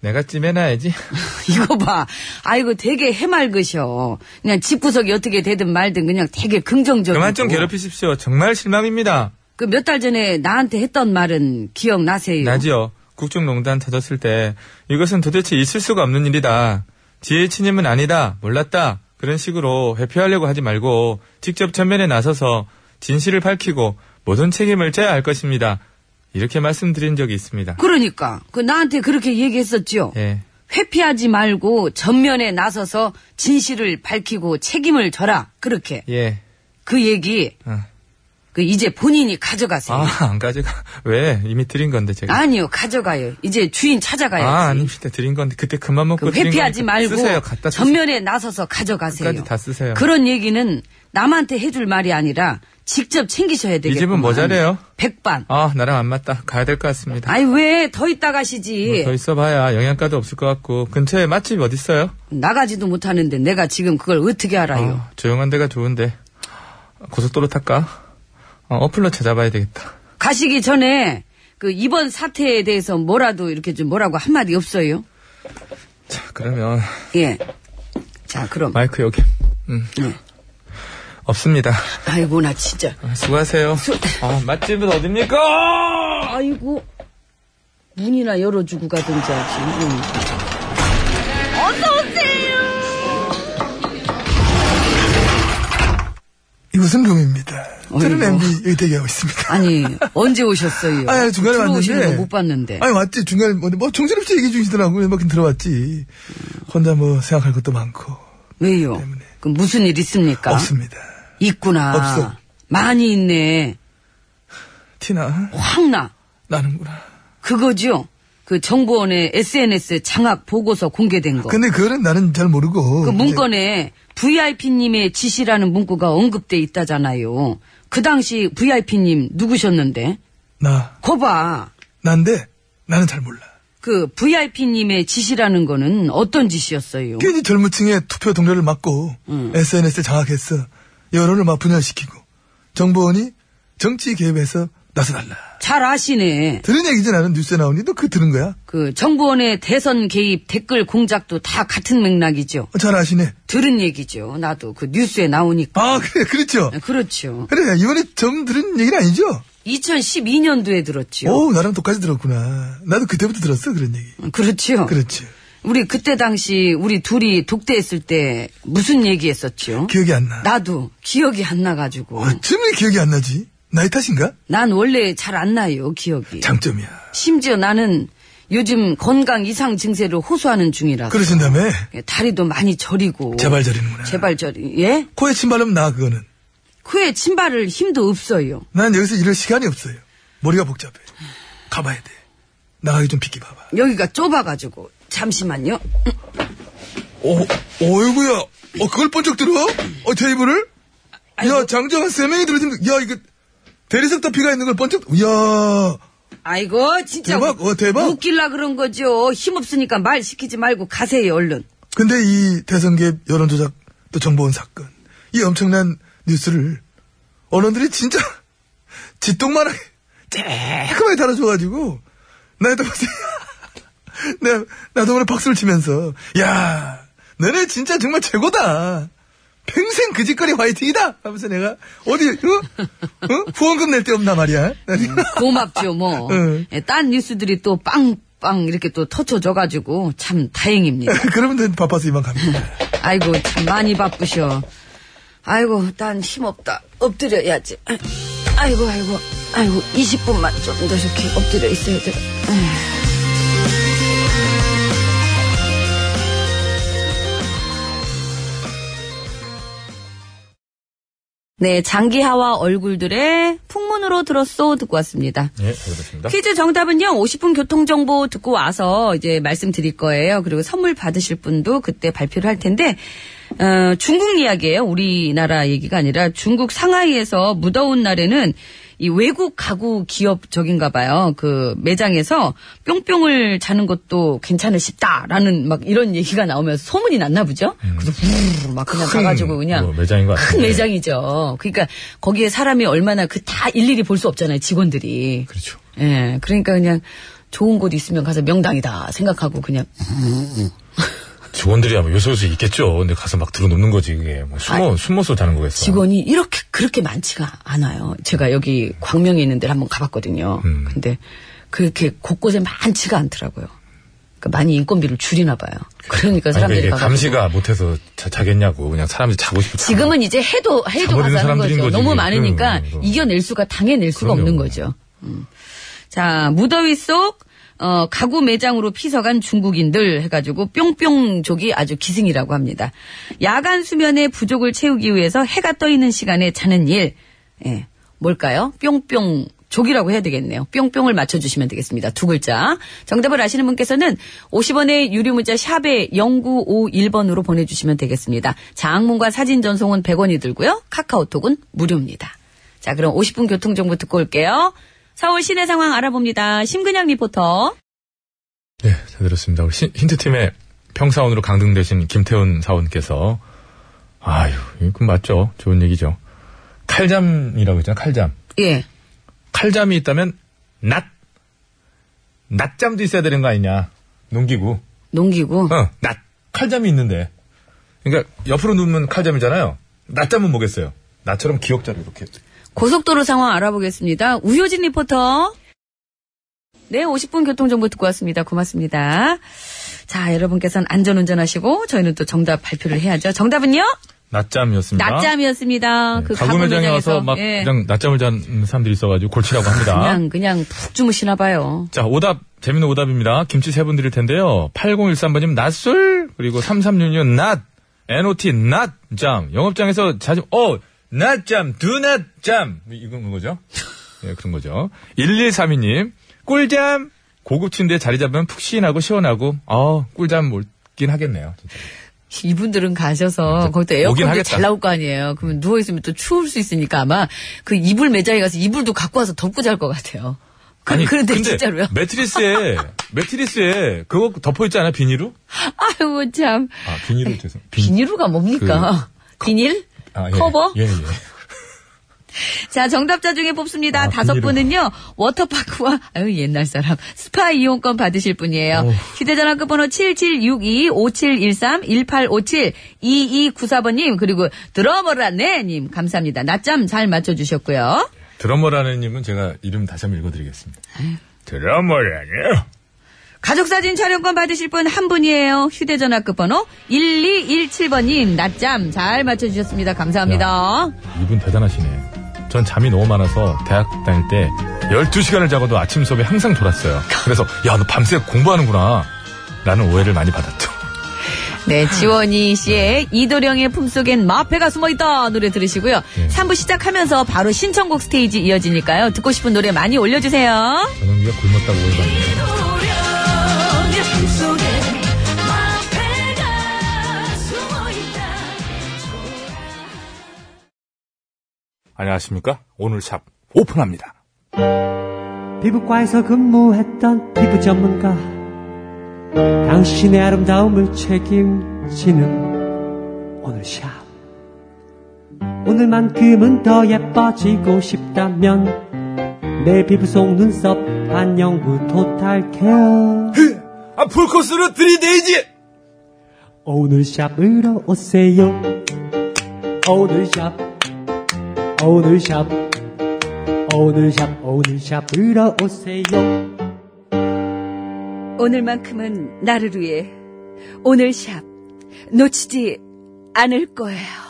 B: 네,
D: 내가 찜해놔야지.
B: 이거 봐. 아이고, 되게 해맑으셔. 그냥 집구석이 어떻게 되든 말든 그냥 되게 긍정적이고.
D: 그만 좀 괴롭히십시오. 정말 실망입니다.
B: 그몇 달 전에 나한테 했던 말은 기억나세요?
D: 나지요. 국정농단 터졌을 때 이것은 도대체 있을 수가 없는 일이다. 지혜치님은 아니다. 몰랐다. 그런 식으로 회피하려고 하지 말고 직접 전면에 나서서 진실을 밝히고 모든 책임을 져야 할 것입니다. 이렇게 말씀드린 적이 있습니다.
B: 그러니까. 그 나한테 그렇게 얘기했었지요.
D: 예.
B: 회피하지 말고 전면에 나서서 진실을 밝히고 책임을 져라. 그렇게.
D: 예.
B: 그 얘기,
D: 어.
B: 그 이제 본인이 가져가세요.
D: 아, 안 가져가. 왜? 이미 드린 건데, 제가.
B: 아니요, 가져가요. 이제 주인 찾아가야지.
D: 아, 아닙니다. 드린 건데. 그때 그만 먹고
B: 그
D: 드린
B: 회피하지
D: 거니까
B: 말고
D: 쓰세요. 갖다 쓰세요.
B: 전면에 나서서 가져가세요.
D: 끝까지 다 쓰세요.
B: 그런 얘기는 남한테 해줄 말이 아니라 직접 챙기셔야 되겠구만.
D: 집은 모자래요.
B: 백반.
D: 아, 나랑 안 맞다. 가야 될 것 같습니다.
B: 아이 왜 더 있다
D: 뭐더
B: 가시지.
D: 있어봐야 영양가도 없을 것 같고 근처에 맛집 어디 있어요?
B: 나가지도 못하는데 내가 지금 그걸 어떻게 알아요?
D: 아, 조용한 데가 좋은데 고속도로 탈까? 어, 어플로 찾아봐야 되겠다.
B: 가시기 전에 그 이번 사태에 대해서 뭐라도 이렇게 좀 뭐라고 한마디 없어요?
D: 자 그러면
B: 예. 자 그럼.
D: 마이크 여기 음.
B: 네.
D: 없습니다.
B: 아이고 나 진짜.
D: 아, 수고하세요. 아, 맛집은 어딥니까?
B: 아이고 문이나 열어주고 가든지 하지. 응.
F: 이곳은 룸입니다. 저는
B: 어이구.
F: MB 의대기하고 있습니다.
B: 아니 언제 오셨어요?
D: 예,
F: 아, 중간에
B: 들어오시는
F: 왔는데.
B: 거못 봤는데.
F: 아니, 왔지. 중간에, 뭐, 뭐 정신없이 얘기 중이시더라고요. 막 들어왔지. 혼자 뭐, 생각할 것도 많고.
B: 왜요? 그 무슨 일 있습니까?
F: 없습니다.
B: 있구나.
F: 없어.
B: 많이 있네.
F: 티나?
B: 확 나.
F: 나는구나.
B: 그거죠. 그 정보원의 SNS 장학 보고서 공개된 거.
F: 근데 그거는 나는 잘 모르고.
B: 어. 그 문건에 VIP님의 지시라는 문구가 언급돼 있다잖아요. 그 당시 VIP님 누구셨는데?
F: 나,
B: 거봐.
F: 난데, 나는 잘 몰라.
B: 그 VIP님의 지시라는 거는 어떤 지시였어요?
F: 괜히 젊은 층의 투표 동료를 막고,
B: 음.
F: SNS에 장악했어. 여론을 막 분열시키고, 정보원이 정치 개입해서 나서달라.
B: 잘 아시네.
F: 들은 얘기지, 나는 뉴스에 나오니. 너 그거 들은 거야?
B: 그 정부원의 대선 개입 댓글 공작도 다 같은 맥락이죠.
F: 어, 잘 아시네.
B: 들은 얘기죠. 나도 그 뉴스에 나오니까.
F: 아, 그래, 그렇죠.
B: 그렇죠.
F: 그래, 이번에 점 들은 얘기는 아니죠?
B: 2012년도에 들었죠.
F: 오, 나랑 똑같이 들었구나. 나도 그때부터 들었어, 그런 얘기.
B: 그렇죠.
F: 그렇지.
B: 우리 그때 당시 우리 둘이 독대했을 때 무슨 얘기했었죠?
F: 기억이 안 나.
B: 나도 기억이 안 나가지고.
F: 어쩜 왜 기억이 안 나지? 나이 탓인가?
B: 난 원래 잘 안 나요, 기억이.
F: 장점이야.
B: 심지어 나는 요즘 건강 이상 증세를 호소하는 중이라서.
F: 그러신 다음에,
B: 예, 다리도 많이 저리고.
F: 제발 저리는구나.
B: 제발 저리. 예?
F: 코에 침 바르면 나, 그거는.
B: 그에 침발을 힘도 없어요.
F: 난 여기서 이럴 시간이 없어요. 머리가 복잡해. 가봐야 돼. 나가기 좀 비키 봐봐.
B: 여기가 좁아가지고. 잠시만요.
F: 오, 어, 어이구야. 어, 그걸 번쩍 들어? 어, 테이블을? 야, 장정한 세 명이 들어진, 거- 야, 이거, 대리석 더피가 있는 걸 번쩍, 야
B: 아이고, 진짜.
F: 대박, 어, 대박.
B: 웃길라 그런 거죠. 힘없으니까 말 시키지 말고 가세요, 얼른.
F: 근데 이 대선개입 여론조작 또 정보원 사건 이 엄청난 뉴스를 언론들이 진짜 지똥만하게 쬐끔하게 달아줘가지고 나 이따 봤을 때 내가 나도 오늘 박수를 치면서 야 너네 진짜 정말 최고다 평생 그 짓거리 화이팅이다 하면서 내가 어디 어? 어? 후원금 낼 데 없나 말이야
B: 고맙죠, 뭐.
F: 응.
B: 예, 딴 뉴스들이 또 빵빵 이렇게 또 터쳐져가지고 참 다행입니다.
F: 그러면 넌 바빠서 이만 갑니다
B: 아이고, 참 많이 바쁘셔. 아이고, 난 힘없다. 엎드려야지. 아이고, 아이고, 아이고, 20분만 좀 더 이렇게 엎드려 있어야 돼. 네, 장기하와 얼굴들의 풍문으로 들었소 듣고 왔습니다.
D: 예, 잘 들었습니다.
B: 퀴즈 정답은요, 50분 교통정보 듣고 와서 이제 말씀드릴 거예요. 그리고 선물 받으실 분도 그때 발표를 할 텐데, 어, 중국 이야기예요. 우리나라 얘기가 아니라 중국 상하이에서 무더운 날에는 이 외국 가구 기업적인가 봐요. 그 매장에서 뿅뿅을 자는 것도 괜찮으시다라는 막 이런 얘기가 나오면서 소문이 났나 보죠. 그래서 후루룩 막 그냥 가가지고 그냥
D: 음. 뭐 매장인 것
B: 큰
D: 같은데.
B: 매장이죠. 그러니까 거기에 사람이 얼마나 그 다 일일이 볼 수 없잖아요. 직원들이.
D: 그렇죠.
B: 예, 그러니까 그냥 좋은 곳 있으면 가서 명당이다 생각하고 그냥
D: 음. 직원들이 아마 요소요소 있겠죠. 근데 가서 막 들어놓는 거지, 그게. 뭐 숨어, 숨어서 자는 거겠어.
B: 직원이 이렇게 그렇게 많지가 않아요. 제가 여기 광명에 있는 데를 한번 가봤거든요.
D: 음.
B: 근데 그렇게 곳곳에 많지가 않더라고요. 그러니까 많이 인건비를 줄이나 봐요. 그러니까
D: 아니, 그러니까
B: 사람들이
D: 이게
B: 가서
D: 감시가 못해서 자, 자겠냐고. 그냥 사람들이 자고 싶을 때.
B: 지금은 이제 해도 해도
D: 잡아내는
B: 가서 하는 거죠.
D: 사람들인 거지.
B: 너무 많으니까
D: 음, 음.
B: 이겨낼 수가 당해낼 수가
D: 그럼요.
B: 없는 거죠. 음. 자 무더위 속 어, 가구 매장으로 피서간 중국인들 해가지고 뿅뿅족이 아주 기승이라고 합니다. 야간 수면의 부족을 채우기 위해서 해가 떠 있는 시간에 자는 일, 예, 뭘까요? 뿅뿅. 족이라고 해야 되겠네요. 뿅뿅을 맞춰주시면 되겠습니다. 두 글자. 정답을 아시는 분께서는 50원의 유료문자 샵에 0951번으로 보내주시면 되겠습니다. 장문과 사진 전송은 100원이 들고요. 카카오톡은 무료입니다. 자, 그럼 50분 교통정보 듣고 올게요. 서울 시내 상황 알아봅니다. 심근양 리포터.
D: 네, 잘 들었습니다. 우리 신- 힌트팀의 평사원으로 강등되신 김태훈 사원께서, 아유, 이건 맞죠. 좋은 얘기죠. 칼잠이라고 했잖아, 칼잠.
B: 예.
D: 칼잠이 있다면, 낮. 낮잠도 있어야 되는 거 아니냐. 농기구.
B: 농기구.
D: 어, 낮. 칼잠이 있는데. 그러니까, 옆으로 누우면 칼잠이잖아요. 낮잠은 뭐겠어요? 나처럼 기억자로 이렇게.
B: 고속도로 상황 알아보겠습니다. 우효진 리포터. 네, 50분 교통정보 듣고 왔습니다. 고맙습니다. 자, 여러분께서는 안전운전 하시고, 저희는 또 정답 발표를 해야죠. 정답은요?
D: 낮잠이었습니다.
B: 낮잠이었습니다. 그
D: 가구 매장에
B: 가구매장에서.
D: 네, 와서 막
B: 예,
D: 그냥 낮잠을 자는 사람들이 있어가지고 골치라고 합니다.
B: 그냥, 그냥 푹 주무시나 봐요.
D: 자, 오답, 재밌는 오답입니다. 김치 세 분 드릴 텐데요. 8013번님, 낯술, 그리고 3366, 낮, NOT, 낮잠. 영업장에서 자주, 어, 낮잠, 두 낮잠. 이건 거죠? 예, 그런 거죠. 1132님, 꿀잠. 고급 침대에 자리 잡으면 푹신하고 시원하고, 어, 꿀잠 몰긴 하겠네요. 진짜.
B: 이분들은 가셔서
D: 음, 이제
B: 거기도
D: 오긴
B: 에어컨도
D: 하겠다.
B: 잘 나올 거 아니에요. 그러면 누워 있으면 또 추울 수 있으니까 아마 그 이불 매장에 가서 이불도 갖고 와서 덮고 잘 것 같아요. 그,
D: 아니,
B: 그런데
D: 근데
B: 진짜로요?
D: 매트리스에, 매트리스에 그거 덮어있지 않아요? 비닐로?
B: 아유 참
D: 아,
B: 네.
D: 비닐로, 죄송. 비-
B: 비닐루가 뭡니까? 비닐?
D: 아, 예.
B: 커버?
D: 예, 예.
B: 자, 정답자 중에 뽑습니다.
D: 아,
B: 다섯
D: 비닐로.
B: 분은요, 워터파크와, 아유, 옛날 사람, 스파 이용권 받으실 분이에요. 휴대전화 끝번호 7762-5713-1857-2294번님, 그리고 드러머라, 네, 님, 감사합니다. 낮잠 잘 맞춰주셨고요.
D: 드러머라는 님은 제가 이름 다시 한번 읽어드리겠습니다. 드러머라니요?
B: 가족사진 촬영권 받으실 분 한 분이에요. 휴대전화 끝번호 1217번님, 낮잠 잘 맞춰주셨습니다. 감사합니다.
D: 이분 대단하시네. 전 잠이 너무 많아서 대학 다닐 때 12시간을 자고도 아침 수업에 항상 돌았어요. 그래서 야, 너 밤새 공부하는구나. 라는 오해를 많이 받았죠.
B: 네, 지원이 씨의 이도령의 품속엔 마패가 숨어있다 노래 들으시고요.
D: 예.
B: 3부 시작하면서 바로 신청곡 스테이지 이어지니까요. 듣고 싶은 노래 많이 올려주세요.
D: 전원기가 굶었다고 오해받는 거. 안녕하십니까? 오늘 샵 오픈합니다.
G: 피부과에서 근무했던 피부 전문가 당신의 아름다움을 책임지는 오늘 샵 오늘만큼은 더 예뻐지고 싶다면 내 피부 속 눈썹 반영구 토탈 케어
A: 아, 풀코스로 들이대야지!
G: 오늘 샵으로 오세요 오늘 샵 오늘 샵 오늘 샵 오늘 샵으로 오세요
B: 오늘만큼은 나를 위해 오늘 샵 놓치지 않을 거예요.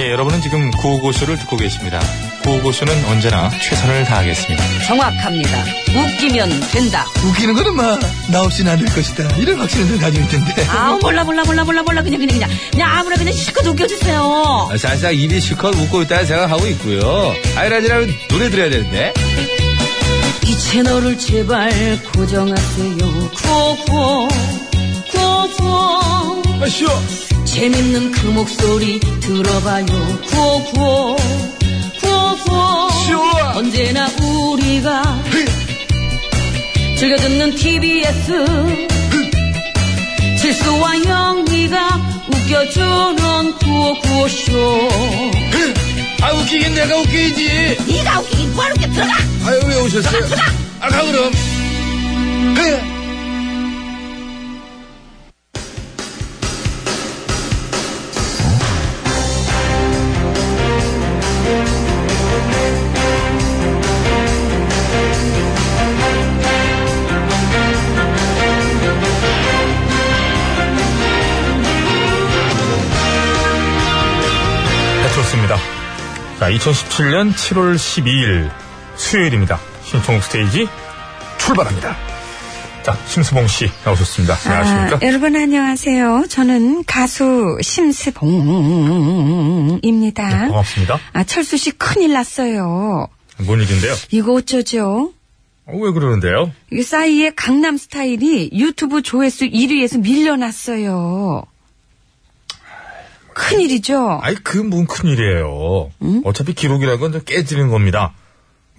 D: 예, 여러분은 지금 구호고쇼를 듣고 계십니다. 구호고쇼는 언제나 최선을 다하겠습니다.
B: 정확합니다. 웃기면 된다.
F: 웃기는 거는 막, 나 없이는 안 될 것이다. 이런 확신을 늘 가지고 있던데.
B: 아 몰라 몰라 몰라 몰라 몰라 그냥 그냥 그냥 그냥 아무나 그냥 실컷
D: 아,
B: 웃겨주세요.
C: 사실상 입이 실컷 웃고 있다는 생각하고 있고요. 아이라지라면 노래 들어야 되는데.
B: 이 채널을 제발 고정하세요. 구호구호 구호구호
A: 아, 쉬워.
B: 재밌는 그 목소리 들어봐요. 구호구호 구호구호
A: 쉬워.
B: 언제나 우리가 즐겨 듣는 TBS 실수와 영리가 웃겨주는 구호구호쇼
C: 아, 웃기긴 내가 웃기지.
B: 네가 웃기긴 바로 웃겨 들어가
A: 아유, 왜 오셨어요? 아, 가, 그럼. 그,
D: 네, 좋습니다. 자, 2017년 7월 12일 수요일입니다. 신청 스테이지 출발합니다. 자, 심수봉 씨 나오셨습니다. 네, 안녕하십니까?
H: 아, 여러분 안녕하세요. 저는 가수 심스봉입니다.
D: 반갑습니다.
H: 아, 철수 씨 큰일 났어요.
D: 뭔 일인데요?
H: 이거 어쩌죠?
D: 어, 왜 그러는데요?
H: 이게 싸이의 강남 스타일이 유튜브 조회수 1위에서 밀려났어요. 큰일이죠?
D: 아이, 그 뭔 큰일이에요. 어차피 기록이라는 건 좀 깨지는 겁니다.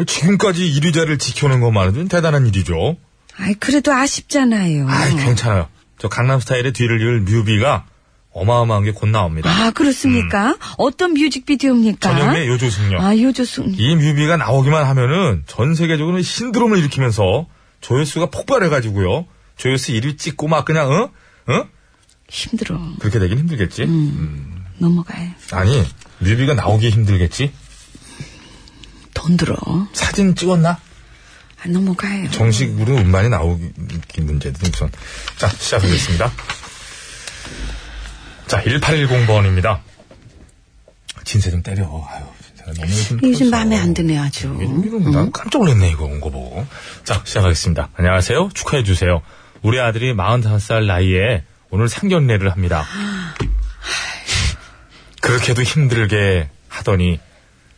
D: 지금까지 1위자를 지켜낸 것만으로도 대단한 일이죠.
H: 아이, 그래도 아쉽잖아요.
B: 음.
D: 아이, 그- 괜찮아요. 저 강남 스타일의 뒤를 이을 뮤비가 어마어마한 게 곧 나옵니다.
H: 아, 그렇습니까? 어떤
B: 아,
H: 뮤직비디오입니까?
D: 전현미의 음. 요조승녀.
H: 아, 요조승.
D: 이 뮤비가 나오기만 하면은 전 세계적으로 신드롬을 일으키면서 조회수가 폭발해가지고요. 조회수 1위 찍고 막 그냥, 응? 응?
H: 힘들어.
D: 그렇게 되긴 힘들겠지?
H: 음. 넘어가요.
D: 아니, 뮤비가 나오기 힘들겠지?
H: 돈 들어.
D: 사진 찍었나?
H: 아, 넘어가요.
D: 정식으로 음반이 나오기 문제도 우선. 자, 시작하겠습니다. 자, 1810번입니다. 진세 좀 때려. 아유, 진짜 너무 요즘.
H: 요즘
D: 터졌어.
H: 마음에 안 드네, 아주.
D: 이건 난 깜짝 놀랐네 이거 온 거 보고 자 시작하겠습니다 안녕하세요 축하해 주세요 우리 아들이 45살 나이에 오늘 상견례를 합니다 그렇게도 힘들게 하더니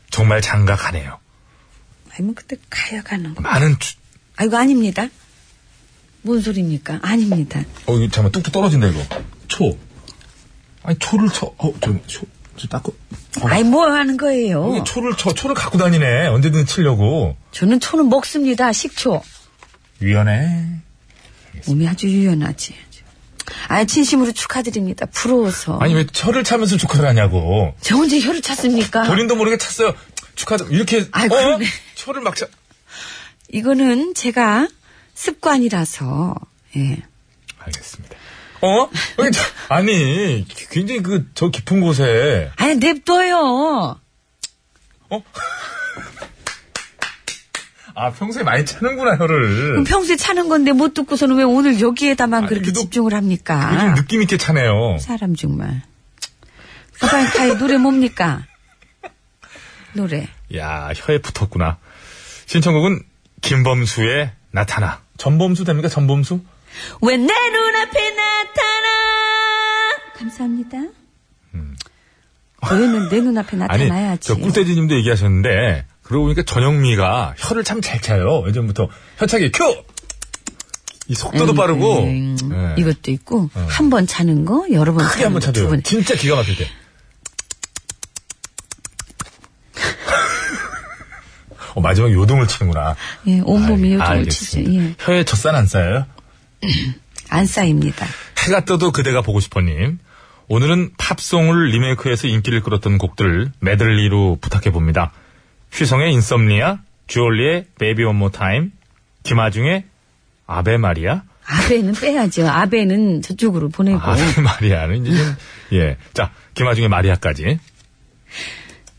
D: 정말 장가가네요
H: 아니면 뭐 그때 가야 가는 거.
D: 많은 추...
H: 아, 이거 아닙니다. 뭔 소리입니까? 아닙니다.
D: 어 이거 잠깐만 뚝뚝 떨어진다 이거 초 아니 초를 어, 쳐어좀초좀 닦고 어.
H: 아이, 뭐 하는 거예요?
D: 이게 초를 쳐 초를 갖고 다니네 언제든 치려고
H: 저는 초는 먹습니다. 식초.
D: 위원회
H: 몸이 아주 유연하지. 아, 진심으로 축하드립니다. 부러워서.
D: 아니 왜 철을 차면서 축하를 하냐고
H: 저 혼자 혀를 찼습니까?
D: 본인도 모르게 찼어요. 축하드 이렇게
H: 아. 아이,
D: 어?
H: 그러네.
D: 초를 막 차.
H: 이거는 제가 습관이라서, 예.
D: 알겠습니다. 어? 아니, 저- 아니 굉장히 그 저 깊은 곳에
H: 아니, 냅둬요.
D: 아 평소에 많이 차는구나 혀를
H: 그럼 평소에 차는 건데 못 듣고서는 왜 오늘 여기에다만
D: 네. 아니,
H: 그렇게
D: 그래도-
H: 집중을 합니까?
D: 요즘 느낌 있게 차네요.
H: 사람 정말. 사방카의 노래 뭡니까? 노래.
D: 야 혀에 붙었구나. 신청곡은 김범수의 나타나. 전범수 됩니까 전범수?
H: 왜 내 눈앞에 나타나? 감사합니다. 너희는 내 눈앞에
D: 음. 아니
H: 나타나야지.
D: 저 꿀돼지님도 얘기하셨는데 그러고 보니까 전영미가 혀를 참 잘 차요. 예전부터 혀차기 큐. 이 속도도 빠르고
H: 음,
D: 예.
H: 이것도 있고 한 번 차는 거 여러 번
D: 크게 한 번
H: 차는 거, 두
D: 차줘요.
H: 번.
D: 진짜 기가 막힐 때. 어, 마지막에 요동을 치는구나.
H: 예, 온몸이
D: 아,
H: 요동을
D: 알겠습니다.
H: 치죠. 예.
D: 혀에 젖살 안 쌓여요?
H: 안 쌓입니다.
D: 해가 떠도 그대가 보고 싶어님. 오늘은 팝송을 리메이크해서 인기를 끌었던 곡들을 메들리로 부탁해봅니다. 휘성의 인썸니아, 주얼리의 베이비 원모 타임, 김아중의 아베 마리아,
B: 아베는 빼야죠. 아베는 저쪽으로 보내고.
D: 아베 마리아는 이제 좀, 예. 자, 김아중의 마리아까지.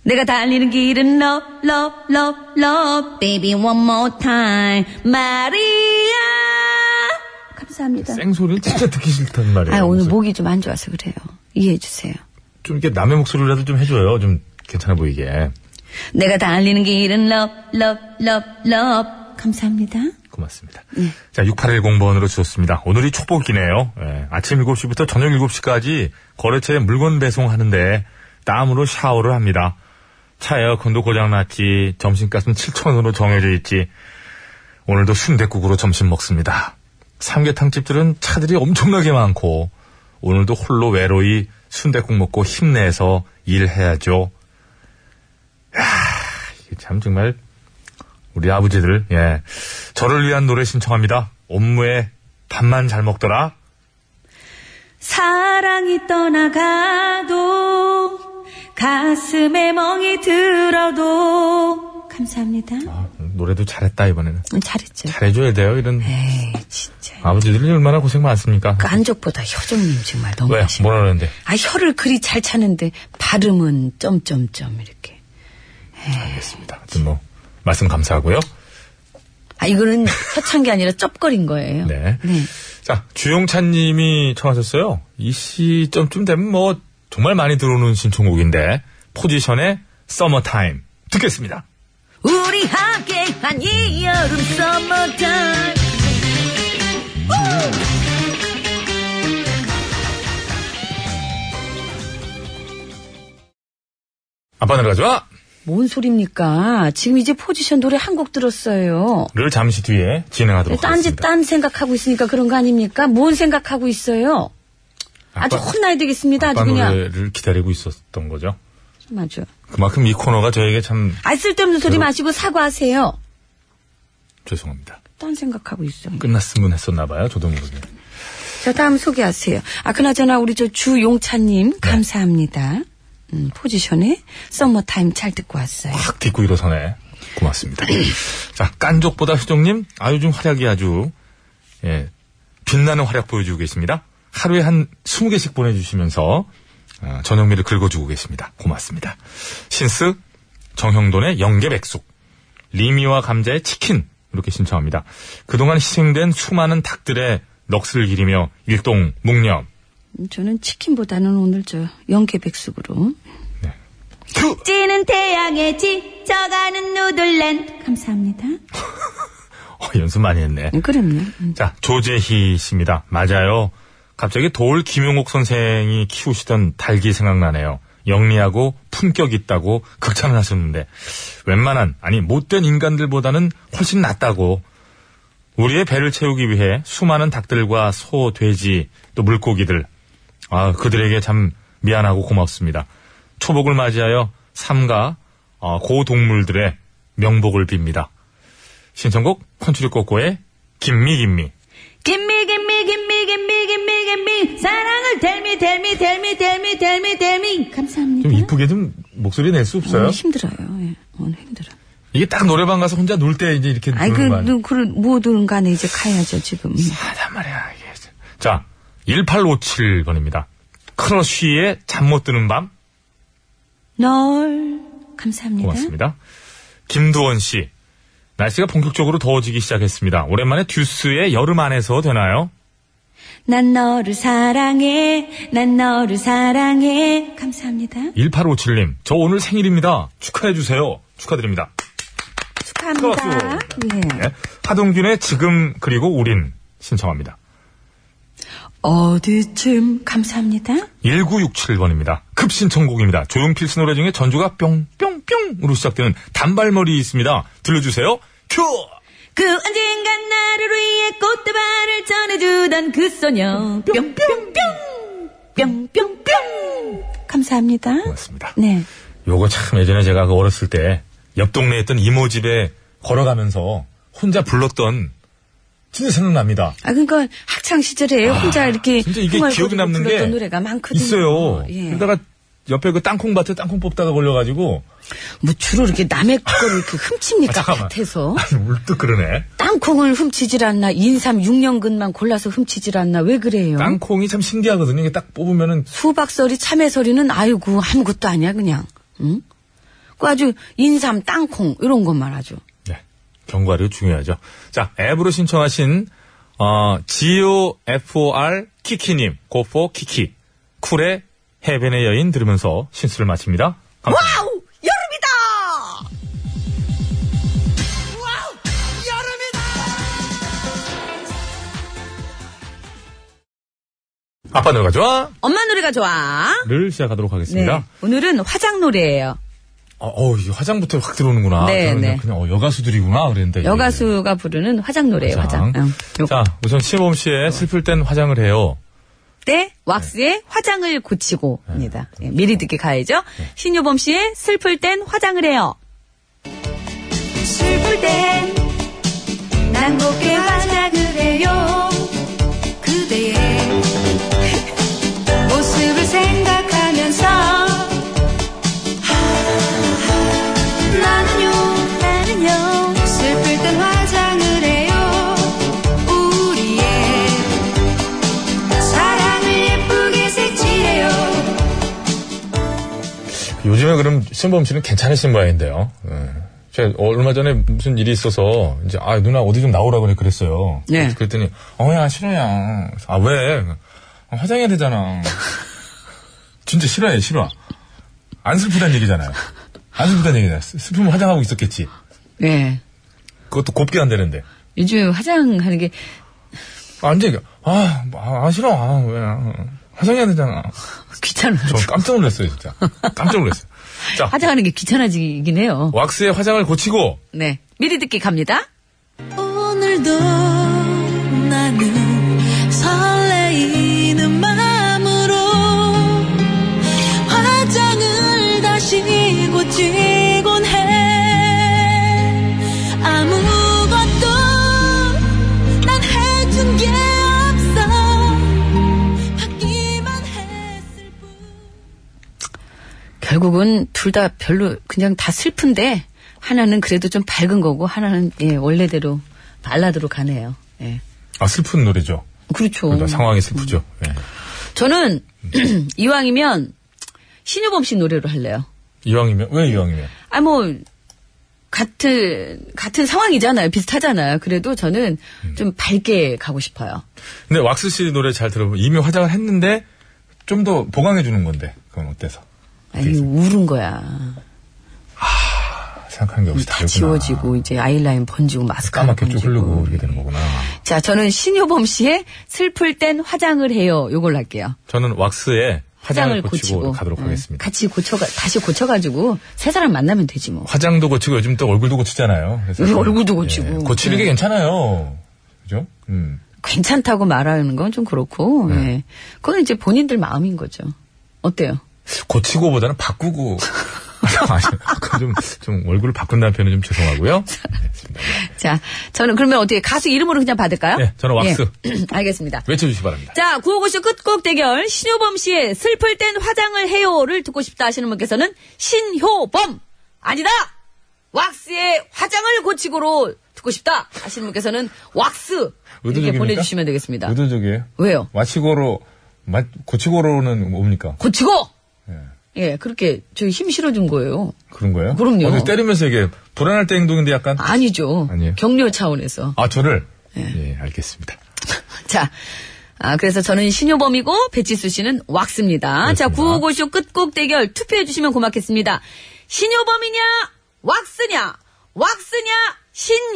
H: 내가 달리는 길은 love, love, love, love, baby one more time, 마리아. 감사합니다.
D: 생소리를 진짜 듣기 싫단 말이에요.
H: 아, 오늘
D: 그래서
H: 목이 좀 안 좋아서 그래요. 이해해주세요.
D: 좀 이렇게 남의 목소리라도 좀 해줘요. 좀 괜찮아 보이게.
H: 내가 달리는 길은 love, love, love, love. 감사합니다.
D: 고맙습니다. 자, 6810번으로 주셨습니다. 오늘이 초복이네요. 예, 아침 7시부터 저녁 7시까지 거래처에 물건 배송하는데 땀으로 샤워를 합니다. 차 에어컨도 고장났지, 점심값은 7천원으로 정해져 있지. 오늘도 순댓국으로 점심 먹습니다. 삼계탕집들은 차들이 엄청나게 많고, 오늘도 홀로 외로이 순댓국 먹고 힘내서 일해야죠. 야, 이게 참 정말 우리 아버지들, 예. 저를 위한 노래 신청합니다. 업무에 밥만 잘 먹더라.
H: 사랑이 떠나가도 가슴에 멍이 들어도 감사합니다.
D: 아, 노래도 잘했다, 이번에는.
H: 음, 잘했죠.
D: 잘해줘야 돼요, 이런.
B: 에이, 진짜.
D: 아버지들이 얼마나 고생 많습니까?
B: 그 안쪽보다 혀정님 정말 너무
D: 왜?
B: 하시네.
D: 뭐라 그러는데?
B: 아, 혀를 그리 잘 차는데 발음은 점점점 이렇게.
D: 알겠습니다. 하여튼 뭐, 말씀 감사하고요.
B: 아, 이거는 혀찬 게 아니라 쩝거린 거예요.
D: 네. 자, 주용찬 님이 청하셨어요. 이 시점쯤 되면 뭐, 정말 많이 들어오는 신청곡인데, 포지션의 서머타임. 듣겠습니다.
H: 우리 함께한 이 여름 서머타임.
D: 아빠 노래 가져와!
B: 뭔 소립니까? 지금 이제 포지션 노래 한 곡 들었어요.
D: 를 잠시 뒤에 진행하도록
B: 딴짓
D: 하겠습니다.
B: 딴 생각하고 있으니까 그런 거 아닙니까? 뭔 생각하고 있어요? 아주
D: 아빠-
B: 혼나야 되겠습니다. 아주
D: 아빠
B: 그냥.
D: 노래를 기다리고 있었던 거죠.
B: 맞아.
D: 그만큼 이 코너가 저에게 참
B: 아, 쓸데없는 소리 마시고 사과하세요.
D: 죄송합니다.
B: 딴 생각하고 있어.
D: 끝났으면 했었나 봐요. 저도 모르게.
B: 자, 다음 소개하세요. 아, 그나저나 우리 저
D: 네.
B: 주용찬님 감사합니다. 음, 포지션에 썸머타임 잘 듣고 왔어요.
D: 확 딛고 일어서네. 고맙습니다. 자, 깐족보다 수정님, 아, 요즘 활약이 아주, 예, 빛나는 활약 보여주고 계십니다. 하루에 한 20개씩 보내주시면서, 어, 전영미를 긁어주고 계십니다. 고맙습니다. 신스, 정형돈의 영계백숙, 리미와 감자의 치킨, 이렇게 신청합니다. 그동안 희생된 수많은 닭들의 넋을 기리며 일동, 묵념,
B: 음, 저는 치킨보다는 오늘 저 연계백숙으로.
D: 네.
H: 찌는 태양에 지쳐가는 누들렌. 감사합니다.
D: 어, 연습 많이 했네.
B: 음, 그럼요. 음.
D: 자, 조재희 씨입니다. 맞아요. 갑자기 도올 김용옥 선생이 키우시던 닭이 생각나네요. 영리하고 품격 있다고 극찬을 하셨는데 웬만한 아니 못된 인간들보다는 훨씬 낫다고 우리의 배를 채우기 위해 수많은 닭들과 소, 돼지 또 물고기들 아 그들에게 참 미안하고 고맙습니다. 초복을 맞이하여 삼가 어, 고동물들의 명복을 빕니다. 신청곡 컨츄리 꼬꼬의 김미 김미
H: 김미 김미 김미 김미 김미 김미 사랑을 델미 델미 델미 델미 델미 델미 감사합니다. 음.
D: 좀 이쁘게 좀 목소리 낼 수 없어요?
B: 오늘 힘들어요. 예. 오늘 힘들어.
D: 이게 딱 노래방 가서 혼자 놀 때 이제 이렇게
B: 아이, 그,
D: 부르는 거 아니에요?
B: 누, 그, 뭐, 누른 간에 이제 가야죠, 지금. 예.
D: 하단 말이야 이게. 자 1857번입니다. 크러쉬의 잠 못 드는 밤
B: 널. 감사합니다.
D: 고맙습니다. 김두원 씨 날씨가 본격적으로 더워지기 시작했습니다. 오랜만에 듀스의 여름 안에서 되나요?
H: 난 너를 사랑해. 난 너를 사랑해. 감사합니다.
D: 1857님 저 오늘 생일입니다. 축하해 주세요. 축하드립니다.
B: 축하합니다. 예.
D: 네. 하동균의 지금 그리고 우린 신청합니다.
B: 어디쯤 감사합니다.
D: 1967번입니다. 급신청곡입니다. 조용필씨 노래 중에 전주가 뿅뿅뿅으로 시작되는 단발머리 있습니다. 들려주세요. 큐!
H: 그 언젠간 나를 위해 꽃다발을 전해주던 그 소녀. 뿅뿅뿅. 뿅뿅뿅.
B: 감사합니다.
D: 고맙습니다.
B: 네.
D: 요거 참 예전에 제가 그 어렸을 때 옆 동네에 있던 이모 집에 걸어가면서 혼자 불렀던 진짜 생각납니다.
B: 아, 그러니까 할 학창 시절에 혼자 이렇게
D: 진짜 이게
B: 흥얼거리고
D: 기억에 남는 게
B: 불렀던 노래가 많거든요.
D: 있어요. 그러니까
B: 예.
D: 그러다가 옆에 그 땅콩밭에 땅콩 뽑다가 걸려가지고
B: 뭐 주로 이렇게 남의 거를 이렇게 훔칩니까?
D: 아, 잠깐만.
B: 밭에서
D: 아니 울뚝 그러네.
B: 땅콩을 훔치질 않나 인삼 6년근만 골라서 훔치질 않나 왜 그래요?
D: 땅콩이 참 신기하거든요. 이게 딱 뽑으면은
B: 수박서리 참외서리는 아이고 아무것도 아니야 그냥. 응? 그 아주 인삼 땅콩 이런 것만 아주.
D: 네, 경과류 중요하죠. 자, 앱으로 신청하신 어, GOFOR 키키님, 고포 키키, 쿨의 해변의 여인 들으면서 신수를 마칩니다. 감사합니다.
B: 아우 여름이다.
D: 아빠 노래가 좋아를
B: 엄마 노래가 좋아. 네,
D: 시작하도록 하겠습니다.
B: 오늘은 화장 노래예요.
D: 어, 어, 이 화장부터 확 들어오는구나.
B: 네,
D: 저는
B: 네.
D: 그냥 어, 여가수들이구나 그랬는데. 이게.
B: 여가수가 부르는 화장 노래예요. 화장. 응. 요거.
D: 자, 우선 시범 씨의 슬플 땐 화장을 해요.
B: 때 왁스에 화장을 고치고입니다. 예, 미리 듣기 가야죠. 신유범 씨의 슬플 땐 화장을 해요.
H: 슬플 땐난 곱게 화장을 해요 그대의 모습을 생각하면서 나는요 나는요 슬플 땐 화장을 해요 우리의 사랑을 예쁘게 색칠해요
D: 요즘에 그럼 신범 씨는 괜찮으신 모양인데요. 예. 제가 얼마 전에 무슨 일이 있어서 이제 아 누나 어디 좀 나오라고 그래 그랬어요.
B: 네.
D: 그래서 그랬더니 어야 싫어야. 아 왜? 아, 화장해야 되잖아. 진짜 싫어해 싫어. 안 슬프단 얘기잖아요. 안 슬프단 얘기잖아. 슬- 슬프면 화장하고 있었겠지.
B: 예.
D: 그것도 곱게 안 되는데.
B: 요즘 화장하는 게
D: 완전 아, 아, 아 싫어. 아, 왜? 아, 화장해야 되잖아.
B: 귀찮아요.
D: 저 깜짝 놀랐어요 진짜. 깜짝 놀랐어요. 자
B: 화장하는 게 귀찮아지긴 해요.
D: 왁스에 화장을 고치고
B: 네. 미리 듣기 갑니다.
H: 오늘도 나는 설레이는 마음으로 화장을 다시 고치곤 해 아무것도 난 해준 게 없어 받기만 했을 뿐
B: 결국은 둘 다 별로 그냥 다 슬픈데 하나는 그래도 좀 밝은 거고 하나는 예, 원래대로 발라드로 가네요. 예.
D: 아 슬픈 노래죠.
B: 그렇죠.
D: 그러니까 상황이 슬프죠. 예.
B: 저는 이왕이면 신유범 씨 노래로 할래요.
D: 이왕이면 왜 이왕이면?
B: 아, 뭐, 같은, 같은 상황이잖아요. 비슷하잖아요. 그래도 저는
D: 음.
B: 좀 밝게 가고 싶어요.
D: 근데 왁스 씨 노래 잘 들어보면 이미 화장을 했는데 좀 더 보강해 주는 건데 그건 어때서?
B: 아니, 울은 거야.
D: 아, 생각하는 게 없이
B: 다
D: 다르구나.
B: 지워지고, 이제 아이라인 번지고, 마스크
D: 까맣게 쭉 흐르고 이렇게 되는 거구나.
B: 자, 저는 신효범 씨의 슬플 땐 화장을 해요. 요걸 할게요.
D: 저는 왁스에 화장을, 고치고, 네. 가도록
B: 응.
D: 하겠습니다.
B: 같이 고쳐가, 다시 고쳐가지고, 세 사람 만나면 되지 뭐.
D: 화장도 고치고 요즘 또 얼굴도 고치잖아요. 그래서 좀,
B: 요즘 네,
D: 예,
B: 얼굴도 고치고. 네.
D: 고치는 게 괜찮아요. 그죠? 음.
B: 괜찮다고 말하는 건 좀 그렇고,
D: 네.
B: 예. 그건 이제 본인들 마음인 거죠. 어때요?
D: 고치고보다는 바꾸고. 아니, 좀, 좀 얼굴을 바꾼다는 표현은 좀 죄송하고요. 네, 알겠습니다.
B: 자, 저는 그러면 어떻게 가수 이름으로 그냥 받을까요?
D: 예, 저는 왁스.
B: 예. 알겠습니다.
D: 외쳐주시기 바랍니다.
B: 자, 구호고쇼 끝곡 대결 신효범 씨의 슬플 땐 화장을 해요를 듣고 싶다 하시는 분께서는 신효범 아니다 왁스의 화장을 고치고로 듣고 싶다 하시는 분께서는 왁스 이렇게
D: 의도적입니까?
B: 보내주시면 되겠습니다.
D: 의도적이에요.
B: 왜요?
D: 마치고로, 마, 고치고로는 뭡니까?
B: 고치고 예 그렇게 저희 힘 실어준 거예요.
D: 그런 거예요?
B: 그럼요.
D: 어, 근데 때리면서 이게 불안할 때 행동인데 약간. 아,
B: 아니죠.
D: 아니에요.
B: 격려 차원에서
D: 저를?
B: 네.
D: 예, 알겠습니다.
B: 자. 아, 그래서 저는 신효범이고, 배치수 씨는 왁스입니다. 자,
D: 그렇습니다.
B: 구호고쇼 끝곡 대결 투표해주시면 고맙겠습니다. 신효범이냐, 왁스냐, 왁스냐,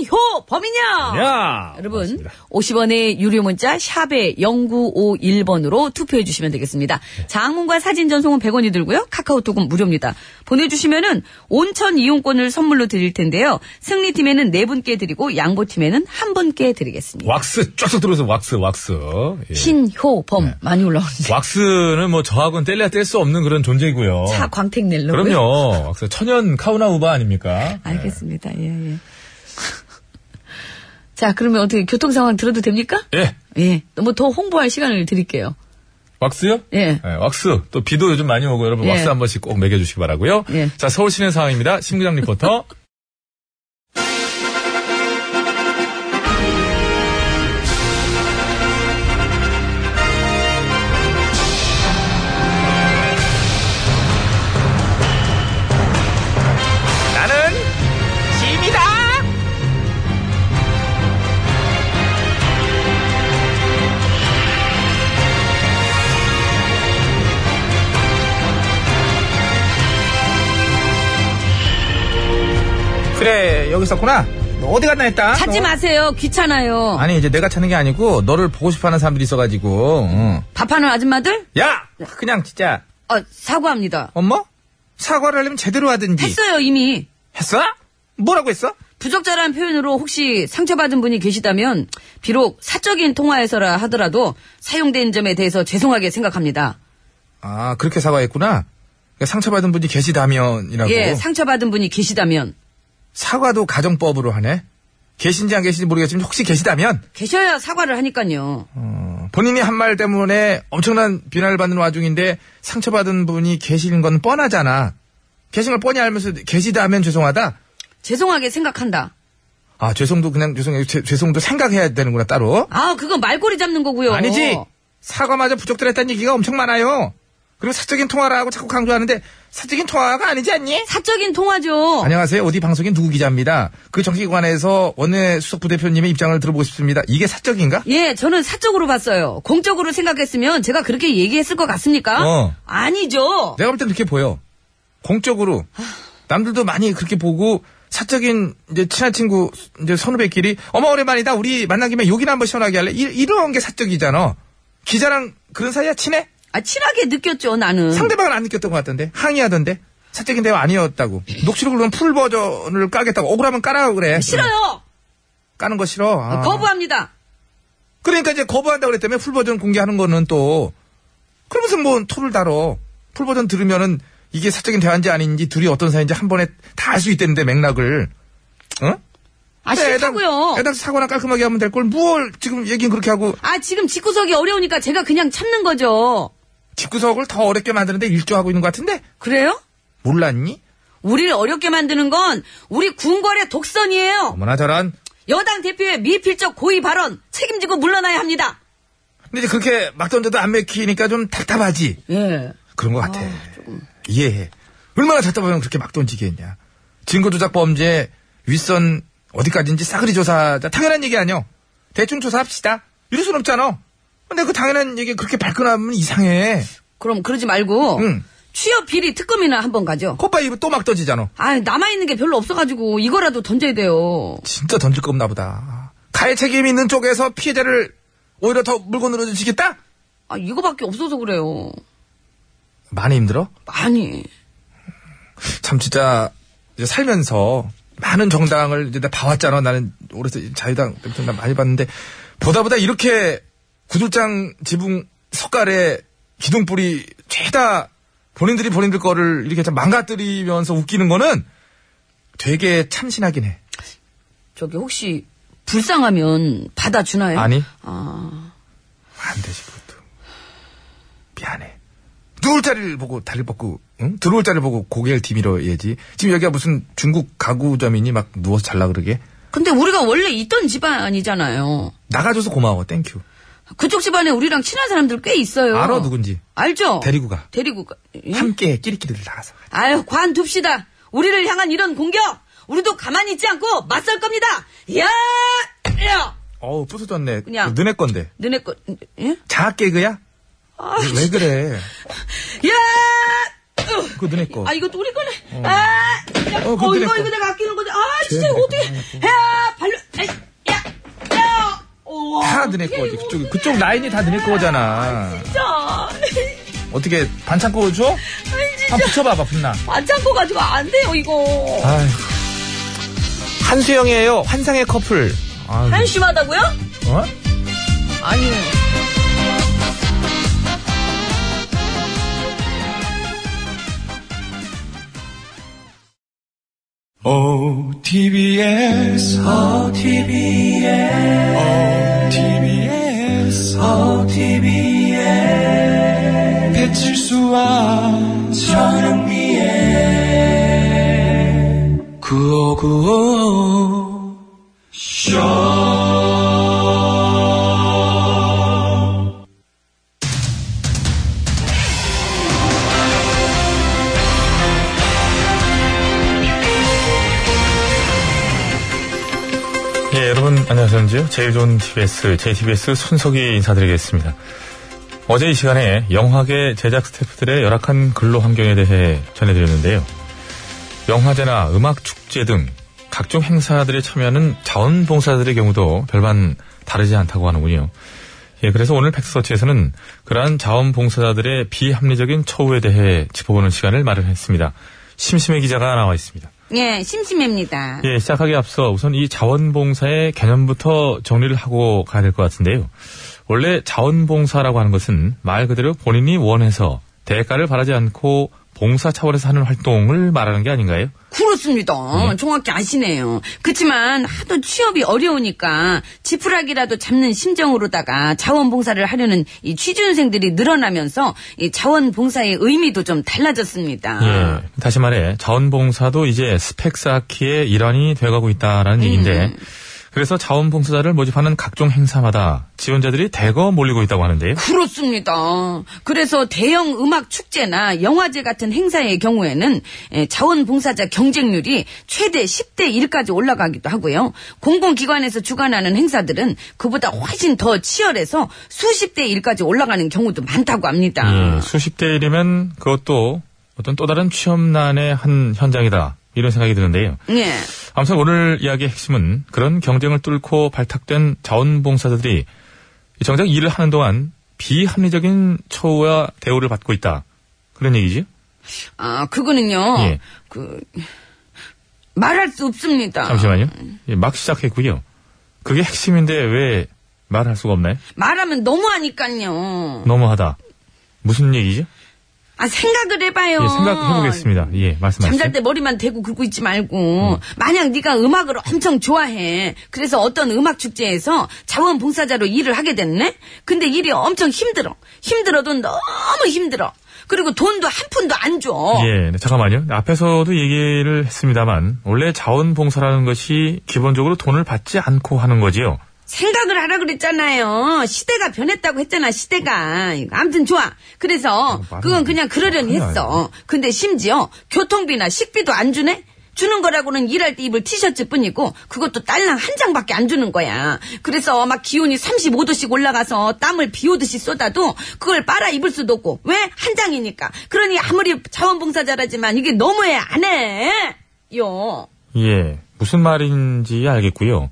B: 신효범이냐!
D: 야!
B: 아, 여러분, 50원의 유료 문자, 샵에 0951번으로 투표해주시면 되겠습니다.
D: 네.
B: 장문과 사진 전송은 100원이 들고요. 카카오톡은 무료입니다. 보내주시면은 온천 이용권을 선물로 드릴 텐데요. 승리팀에는 4분께 드리고, 양보팀에는 1분께 드리겠습니다.
D: 왁스, 쫙쫙 들어서 왁스, 왁스. 예.
B: 신효범 많이 올라오는데
D: 왁스는 뭐 저하고는 뗄래야 뗄 수 없는 그런 존재고요.
B: 차
D: 어.
B: 광택낼로
D: 그럼요. 왁스 천연 카우나우바 아닙니까?
B: 알겠습니다. 예, 예. 자, 그러면 어떻게 교통 상황 들어도 됩니까?
D: 예.
B: 예. 뭐 더 홍보할 시간을 드릴게요.
D: 왁스요?
B: 예.
D: 네, 왁스. 또 비도 요즘 많이 오고 여러분
B: 예.
D: 왁스 한 번씩 꼭 매겨주시기 바라고요.
B: 예.
D: 자 서울 시내 상황입니다. 심구장 리포터.
F: 나는 짐이다. 그래 여기 있었구나. 너 어디 갔나 했다.
D: 아,
B: 찾지
F: 너?
B: 마세요. 귀찮아요.
F: 아니 이제 내가 찾는 게 아니고 너를 보고 싶어하는 사람들이 있어가지고. 응.
B: 밥하는 아줌마들?
F: 야 그냥 진짜
B: 어, 사과합니다.
F: 엄마 사과를 하려면 제대로 하든지.
B: 했어요, 이미.
F: 했어? 뭐라고 했어?
B: 부적절한 표현으로 혹시 상처받은 분이 계시다면 비록 사적인 통화에서라 하더라도 사용된 점에 대해서 죄송하게 생각합니다.
F: 아 그렇게 사과했구나. 그러니까 상처받은 분이 계시다면이라고.
B: 예, 상처받은 분이 계시다면
F: 사과도 가정법으로 하네. 계신지 안 계신지 모르겠지만 혹시 계시다면
B: 계셔야 사과를 하니까요.
F: 어, 본인이 한 말 때문에 엄청난 비난을 받는 와중인데 상처받은 분이 계시는 건 뻔하잖아. 계신 걸 뻔히 알면서 계시다면 죄송하다.
B: 죄송하게 생각한다.
F: 아 죄송도 그냥 죄송 죄- 죄송도 생각해야 되는구나 따로.
B: 아, 그건 말꼬리 잡는 거고요.
F: 아니지.
B: 어.
F: 사과마저 부적절했다는 얘기가 엄청 많아요. 그리고 사적인 통화라고 자꾸 강조하는데 사적인 통화가 아니지 않니?
B: 사적인 통화죠.
F: 안녕하세요. 어디 방송인 누구 기자입니다. 그 정치기관에서 원내 수석부 대표님의 입장을 들어보고 싶습니다. 이게 사적인가?
B: 예, 저는 사적으로 봤어요. 공적으로 생각했으면 제가 그렇게 얘기했을 것 같습니까?
F: 어. 네.
B: 아니죠.
F: 내가 볼 땐 그렇게 보여. 공적으로 남들도 많이 그렇게 보고 사적인 이제 친한 친구 이제 선후배끼리 어머 오랜만이다. 우리 만난 김에 욕이나 한번 시원하게 할래. 이, 이런 게 사적이잖아. 기자랑 그런 사이야 친해?
B: 아, 친하게 느꼈죠, 나는.
F: 상대방은 안 느꼈던 것 같던데 항의하던데 사적인 대화 아니었다고 녹취록으로는 풀 버전을 까겠다고 억울하면 까라고 그래.
B: 싫어요.
F: 까는 거 싫어. 아.
B: 거부합니다.
F: 그러니까 이제 거부한다고 그랬다며 풀버전 공개하는 거는 또 그러면서 뭐 토를 다뤄 풀버전 들으면은 이게 사적인 대화인지 아닌지 둘이 어떤 사이인지 한 번에 다 알 수 있다는데 맥락을 어?
B: 아, 싫다고요.
F: 애당 사고나 깔끔하게 하면 될 걸 뭘 지금 얘긴 그렇게 하고
B: 아, 지금 집구석이 어려우니까 제가 그냥 참는 거죠.
F: 집구석을 더 어렵게 만드는데 일조하고 있는 것 같은데
B: 그래요?
F: 몰랐니?
B: 우리를 어렵게 만드는 건 우리 궁궐의 독선이에요.
F: 어머나 저런
B: 여당 대표의 미필적 고의 발언 책임지고 물러나야 합니다.
F: 근데 이제 그렇게 막 던져도 안 맥히니까 좀 답답하지
B: 예.
F: 그런 것 같아. 이해해. 얼마나 답답하면 그렇게 막 던지겠냐. 증거조작 범죄, 윗선 어디까지인지 싸그리 조사하자. 당연한 얘기 아니요. 대충 조사합시다. 이럴 순 없잖아. 근데 그 당연한 얘기 그렇게 발끈하면 이상해.
B: 그럼 그러지 말고
F: 응.
B: 취업 비리 특검이나 한번 가죠.
F: 콧바 입에 또 막 던지잖아.
B: 아, 남아있는 게 별로 없어가지고 이거라도 던져야 돼요.
F: 진짜 던질 거 없나 보다. 가해 책임 있는 쪽에서 피해자를 오히려 더 물건으로 지겠다?
B: 아, 이거밖에 없어서 그래요.
F: 많이 힘들어?
B: 아니.
F: 참 진짜 이제 살면서 많은 정당을 이제 다 봐왔잖아. 나는 올해서 자유당 때부터 나 많이 봤는데 보다 보다 이렇게 구들장 지붕 석가래 기둥뿌리 죄다 본인들이 본인들 거를 이렇게 참 망가뜨리면서 웃기는 거는 되게 참신하긴 해.
B: 저기 혹시 불쌍하면 받아주나요?
F: 아니
B: 아,
F: 안 되지 그것도 미안해. 누울 자리를 보고 다리를 뻗고 응? 들어올 자리를 보고 고개를 디밀어야지. 지금 여기가 무슨 중국 가구점이니 막 누워서 잘라 그러게.
B: 근데 우리가 원래 있던 집안이잖아요.
F: 나가줘서 고마워. 땡큐.
B: 그쪽 집안에 우리랑 친한 사람들 꽤 있어요.
F: 알아 누군지.
B: 알죠?
F: 데리고 가.
B: 데리고 가. 예?
F: 함께 끼리끼리 나가서.
B: 아유, 관둡시다. 우리를 향한 이런 공격! 우리도 가만히 있지 않고 맞설 겁니다! 야! 야!
F: 어우 부서졌네.
B: 그냥.
F: 너네 건데.
B: 너네 거, 예?
F: 자학 개그야?
B: 아,
F: 왜 그래?
B: 야! 으!
F: 그거 너네 거.
B: 아, 이거 우리 거네. 아! 야,
F: 어,
B: 어,
F: 그거
B: 이거,
F: 때렸다.
B: 이거 내가 아끼는 건데. 아, 진짜 이거
F: 쟤는
B: 어떻게. 야! 발로. 아이, 야! 야! 어,
F: 다 너네 거지. 그쪽 그쪽 라인이 다 너네 거잖아.
B: 진짜.
F: 어떻게 반찬 구워 줘?
B: 아이, 진짜.
F: 한번 붙여봐봐 분나.
B: 안 참고 가지고 안 돼요, 이거.
F: 아휴. 한수영이에요. 환상의 커플. 아유,
B: 한심하다고요?
F: 어?
B: 아니에요.
G: 어, 어, OTBS, OTBS, OTBS, 어, TV에 배칠수와 전영미의 구호구호 쇼
D: 예, 여러분 안녕하셨는지요? 제일 좋은 TBS, JTBS 손석희 인사드리겠습니다. 어제 이 시간에 영화계 제작 스태프들의 열악한 근로 환경에 대해 전해드렸는데요. 영화제나 음악 축제 등 각종 행사들에 참여하는 자원봉사들의 경우도 별반 다르지 않다고 하는군요. 예, 그래서 오늘 팩스서치에서는 그러한 자원봉사자들의 비합리적인 처우에 대해 짚어보는 시간을 마련했습니다. 심심해 기자가 나와 있습니다.
B: 예, 심심합니다.
D: 예, 시작하기 앞서 우선 이 자원봉사의 개념부터 정리를 하고 가야 될 것 같은데요. 원래 자원봉사라고 하는 것은 말 그대로 본인이 원해서 대가를 바라지 않고 봉사 차원에서 하는 활동을 말하는 게 아닌가요?
B: 그렇습니다. 정확히 아시네요. 그치만 하도 취업이 어려우니까 지푸라기라도 잡는 심정으로다가 자원봉사를 하려는 이 취준생들이 늘어나면서 이 자원봉사의 의미도 좀 달라졌습니다.
D: 예, 다시 말해 자원봉사도 이제 스펙 쌓기의 일환이 되어가고 있다라는 얘기인데 그래서 자원봉사자를 모집하는 각종 행사마다 지원자들이 대거 몰리고 있다고 하는데요.
B: 그렇습니다. 그래서 대형 음악 축제나 영화제 같은 행사의 경우에는 에, 자원봉사자 경쟁률이 최대 10대 1까지 올라가기도 하고요. 공공기관에서 주관하는 행사들은 그보다 훨씬 더 치열해서 수십 대 1까지 올라가는 경우도 많다고 합니다.
D: 예, 수십 대 1이면 그것도 어떤 또 다른 취업난의 한 현장이다. 이런 생각이 드는데요.
B: 예.
D: 아무튼 오늘 이야기의 핵심은 그런 경쟁을 뚫고 발탁된 자원봉사자들이 정작 일을 하는 동안 비합리적인 처우와 대우를 받고 있다. 그런 얘기지?
B: 아, 그거는요.
D: 예.
B: 그 말할 수 없습니다.
D: 잠시만요. 예, 막 시작했고요. 그게 핵심인데 왜 말할 수가 없나요?
B: 말하면 너무하니까요.
D: 너무하다. 무슨 얘기죠?
B: 아 생각을 해봐요.
D: 예, 생각해보겠습니다. 예, 말씀하세요.
B: 잠잘 때 머리만 대고 긁고 있지 말고 만약 네가 음악을 엄청 좋아해 그래서 어떤 음악 축제에서 자원봉사자로 일을 하게 됐네 근데 일이 엄청 힘들어 힘들어도 너무 힘들어 그리고 돈도 한 푼도 안줘
D: 예, 네, 잠깐만요. 앞에서도 얘기를 했습니다만 원래 자원봉사라는 것이 기본적으로 돈을 받지 않고 하는 거지요.
B: 생각을 하라 그랬잖아요. 시대가 변했다고 했잖아, 시대가. 아무튼 좋아. 그래서
D: 말은
B: 그건 그냥 그러려니
D: 큰일
B: 했어. 근데 심지어 교통비나 식비도 안 주네? 주는 거라고는 일할 때 입을 티셔츠뿐이고 그것도 딸랑 한 장밖에 안 주는 거야. 그래서 막 기온이 35도씩 올라가서 땀을 비오듯이 쏟아도 그걸 빨아 입을 수도 없고 왜 한 장이니까. 그러니 아무리 자원봉사자라지만 이게 너무해 안 해. 요.
D: 예, 무슨 말인지 알겠고요.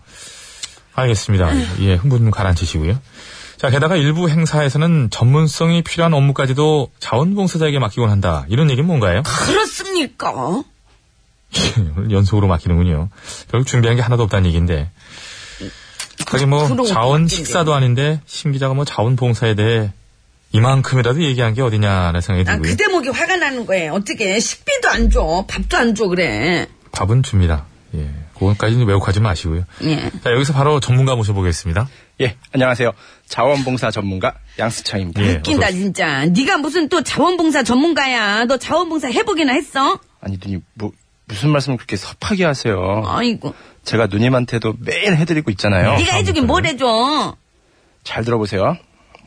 D: 알겠습니다.
B: 아.
D: 예, 흥분 좀 가라앉히시고요. 자, 게다가 일부 행사에서는 전문성이 필요한 업무까지도 자원봉사자에게 맡기곤 한다. 이런 얘기는 뭔가요?
B: 그렇습니까?
D: 오늘 연속으로 맡기는군요. 결국 준비한 게 하나도 없다는 얘기인데. 하긴 뭐
B: 부러운 것
D: 자원
B: 같은데.
D: 식사도 아닌데 심 기자가 뭐 자원봉사에 대해 이만큼이라도 얘기한 게 어디냐라는 생각이
B: 아,
D: 들고요.
B: 그 대목이 화가 나는 거예요. 어떻게 식비도 안 줘, 밥도 안 줘 그래.
D: 밥은 줍니다. 예, 그거까지는 왜곡하지 마시고요.
B: 예.
D: 자, 여기서 바로 전문가 모셔보겠습니다.
I: 예, 안녕하세요. 자원봉사 전문가 양수창입니다.
D: 예,
B: 웃긴다 진짜. 네가 무슨 또 자원봉사 전문가야. 너 자원봉사 해보기나 했어?
I: 아니 누님, 뭐 무슨 말씀을 그렇게 섭하게 하세요?
B: 아이고.
D: 어,
I: 제가 누님한테도 매일 해드리고 있잖아요.
B: 네가 해주긴 뭘 해줘?
I: 잘 들어보세요.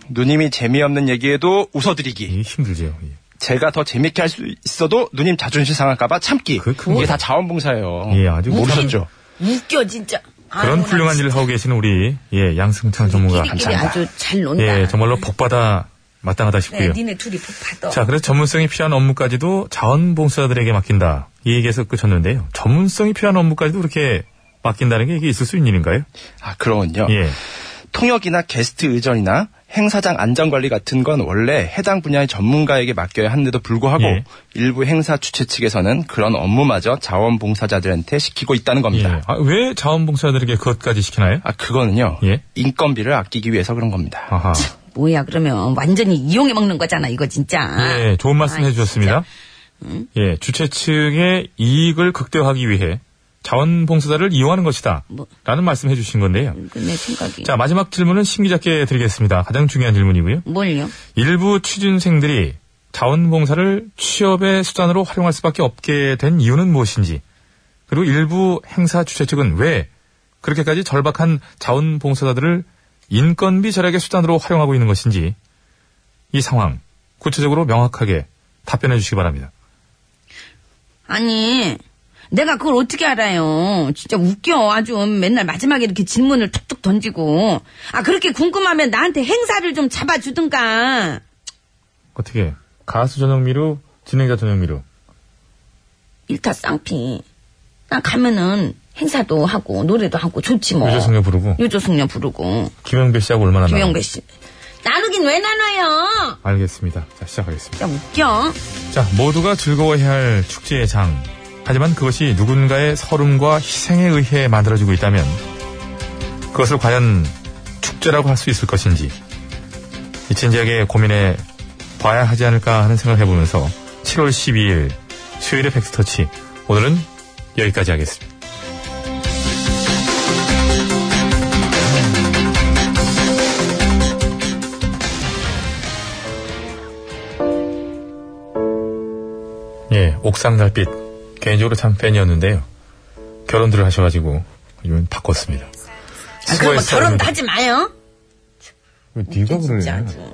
I: 누님이 재미없는 얘기에도 웃어드리기.
D: 이 힘들지요. 예.
I: 제가 더 재밌게 할 수 있어도 누님 자존심 상할까봐 참기.
D: 그게 큰
I: 이게
D: 거죠.
I: 다 자원봉사예요.
D: 예, 아주
I: 모르셨죠?
B: 웃겨 진짜. 아, 뭐
D: 그런 훌륭한 일을 하고 계시는 우리 예 양승창 전문가
B: 끼리끼리 아주 잘 논다.
D: 예, 정말로 복받아 마땅하다
B: 네,
D: 싶고요.
B: 니네 둘이 복받아.
D: 자, 그래서 전문성이 필요한 업무까지도 자원봉사자들에게 맡긴다. 이 얘기에서 끝쳤는데요. 전문성이 필요한 업무까지도 그렇게 맡긴다는 게 이게 있을 수 있는 일인가요?
I: 아, 그러군요.
D: 예.
I: 통역이나 게스트 의전이나 행사장 안전관리 같은 건 원래 해당 분야의 전문가에게 맡겨야 하는데도 불구하고
D: 예.
I: 일부 행사 주최 측에서는 그런 업무마저 자원봉사자들한테 시키고 있다는 겁니다.
D: 예. 아, 왜 자원봉사자들에게 그것까지 시키나요?
I: 아 그거는요.
D: 예.
I: 인건비를 아끼기 위해서 그런 겁니다.
D: 아하.
B: 뭐야 그러면 완전히 이용해 먹는 거잖아 이거 진짜.
D: 예, 좋은 말씀
B: 아,
D: 해주셨습니다. 예, 주최 측의 이익을 극대화하기 위해 자원봉사자를 이용하는 것이다.
B: 뭐.
D: 라는 말씀해 주신 건데요.
J: 내 생각이.
D: 자, 마지막 질문은 신기자께 드리겠습니다. 가장 중요한 질문이고요.
J: 뭘요?
D: 일부 취준생들이 자원봉사를 취업의 수단으로 활용할 수밖에 없게 된 이유는 무엇인지, 그리고 일부 행사 주최 측은 왜 그렇게까지 절박한 자원봉사자들을 인건비 절약의 수단으로 활용하고 있는 것인지, 이 상황, 구체적으로 명확하게 답변해 주시기 바랍니다.
J: 아니, 내가 그걸 어떻게 알아요? 진짜 웃겨. 아주 맨날 마지막에 이렇게 질문을 툭툭 던지고. 아, 그렇게 궁금하면 나한테 행사를 좀 잡아주든가.
D: 어떻게, 가수 전영미로, 진행자 전영미로.
J: 일타 쌍피. 난 가면은 행사도 하고, 노래도 하고, 좋지 뭐.
D: 유재승려 부르고.
J: 유조승려 부르고.
D: 김영배 씨하고 얼마나 나눠?
J: 김영배 씨. 나누긴 왜 나눠요?
D: 알겠습니다. 자, 시작하겠습니다.
J: 진짜 웃겨. 아,
D: 자, 모두가 즐거워해야 할 축제의 장. 하지만 그것이 누군가의 서름과 희생에 의해 만들어지고 있다면 그것을 과연 축제라고 할 수 있을 것인지 이 진지하게 고민해 봐야 하지 않을까 하는 생각을 해보면서 7월 12일 수요일의 팩스터치 오늘은 여기까지 하겠습니다. 예, 옥상달빛 개인적으로 참 팬이었는데요. 결혼들을 하셔가지고 이번 바꿨습니다.
J: 아, 그럼 뭐 결혼도 하지 마요.
D: 왜 네가 그래?
J: 진짜 아주.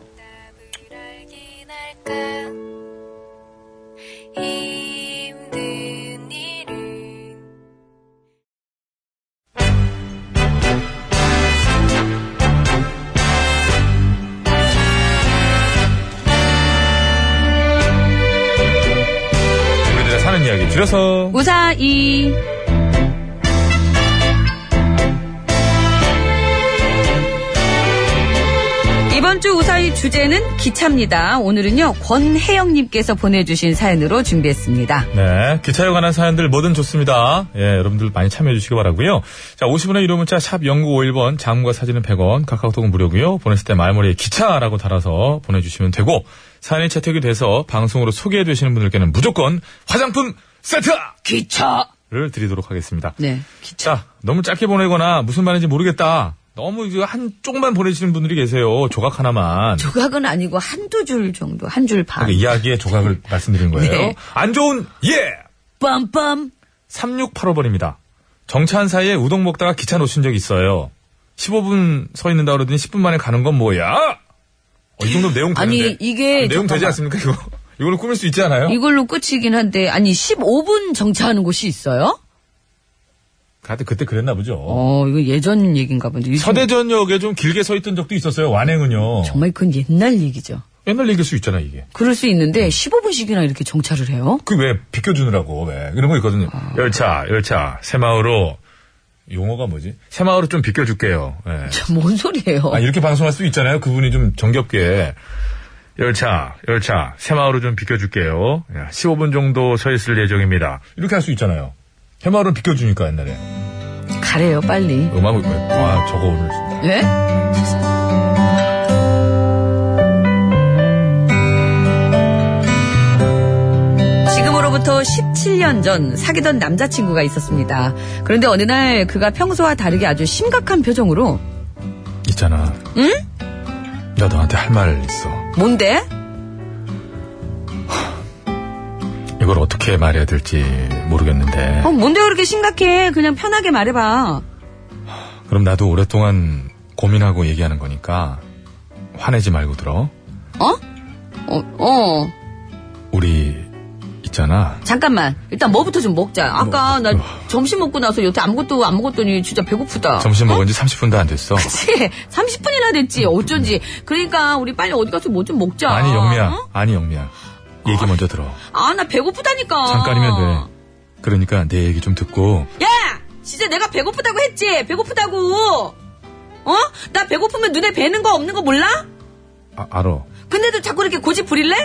D: 우리들의 사는 이야기 줄여서
B: 우사이. 이번 주 우사이 주제는 기차입니다. 오늘은요, 권혜영님께서 보내주신 사연으로 준비했습니다.
D: 네, 기차에 관한 사연들 뭐든 좋습니다. 예, 여러분들 많이 참여해 주시기 바라고요. 자, 50원의 유료 문자 샵 0951번, 장문과 사진은 100원, 카카오톡은 무료고요. 보냈을 때 말머리에 기차라고 달아서 보내주시면 되고 사연이 채택이 돼서 방송으로 소개해 주시는 분들께는 무조건 화장품 세트!
B: 기차!
D: 를 드리도록 하겠습니다.
B: 네.
D: 자, 너무 짧게 보내거나 무슨 말인지 모르겠다. 너무 이거 한 쪽만 보내시는 분들이 계세요. 조각 하나만.
B: 조각은 아니고 한두 줄 정도, 한 줄 반.
D: 그러니까 이야기의 조각을 말씀드린 거예요.
B: 네.
D: 안 좋은 예!
B: 빰빰.
D: 3685번입니다. 정차한 사이에 우동 먹다가 기차 놓친 적 있어요. 15분 서 있는다 그러더니 10분 만에 가는 건 뭐야? 어, 이 정도 내용
B: 아니,
D: 되는데.
B: 이게
D: 내용 되지
B: 잠깐만.
D: 않습니까 이거? 이걸로 꾸밀 수 있지 않아요?
B: 이걸로 끝이긴 한데, 아니, 15분 정차하는 곳이 있어요?
D: 가때 그때 그랬나 보죠.
B: 어, 이거 예전 얘기인가 본데. 요즘
D: 서대전역에 좀 길게 서 있던 적도 있었어요. 완행은요.
B: 정말 그건 옛날 얘기죠.
D: 옛날 얘기일 수 있잖아 이게.
B: 그럴 수 있는데, 15분씩이나 이렇게 정차를 해요?
D: 그 왜 비켜주느라고 왜 이런 거 있거든요.
B: 아.
D: 열차 열차 새마을로 용어가 뭐지? 새마을로 좀 비켜줄게요. 예.
B: 참, 뭔 소리예요?
D: 아, 이렇게 방송할 수 있잖아요. 그분이 좀 정겹게. 열차, 열차, 새마을로 좀 비켜줄게요. 야, 15분 정도 서 있을 예정입니다. 이렇게 할 수 있잖아요. 새마을은 비켜주니까, 옛날에.
B: 가래요, 빨리.
D: 음악을, 아, 저거 오늘. 진짜.
B: 예? 지금으로부터 17년 전 사귀던 남자친구가 있었습니다. 그런데 어느 날 그가 평소와 다르게 아주 심각한 표정으로
D: 있잖아.
B: 응?
D: 나 너한테 할 말 있어.
B: 뭔데?
D: 이걸 어떻게 말해야 될지 모르겠는데.
B: 어, 뭔데 그렇게 심각해? 그냥 편하게 말해봐.
D: 그럼 나도 오랫동안 고민하고 얘기하는 거니까 화내지 말고 들어.
B: 어? 어, 어.
D: 우리 있잖아.
B: 잠깐만. 일단 뭐부터 좀 먹자. 아까 나 점심 먹고 나서 여태 아무것도 안 먹었더니 진짜 배고프다.
D: 점심 먹은 지 30분도 안 됐어.
B: 그치? 30분이나 됐지. 어쩐지. 그러니까 우리 빨리 어디 가서 뭐 좀 먹자.
D: 아니 영미야.
B: 어?
D: 아니 영미야. 얘기 먼저 들어.
B: 아, 나 배고프다니까.
D: 잠깐이면
B: 어.
D: 돼. 그러니까 내 얘기 좀 듣고
B: 야! 진짜 내가 배고프다고 했지. 배고프다고. 어? 나 배고프면 눈에 뵈는 거 없는 거 몰라?
D: 아, 알아.
B: 근데도 자꾸 이렇게 고집 부릴래?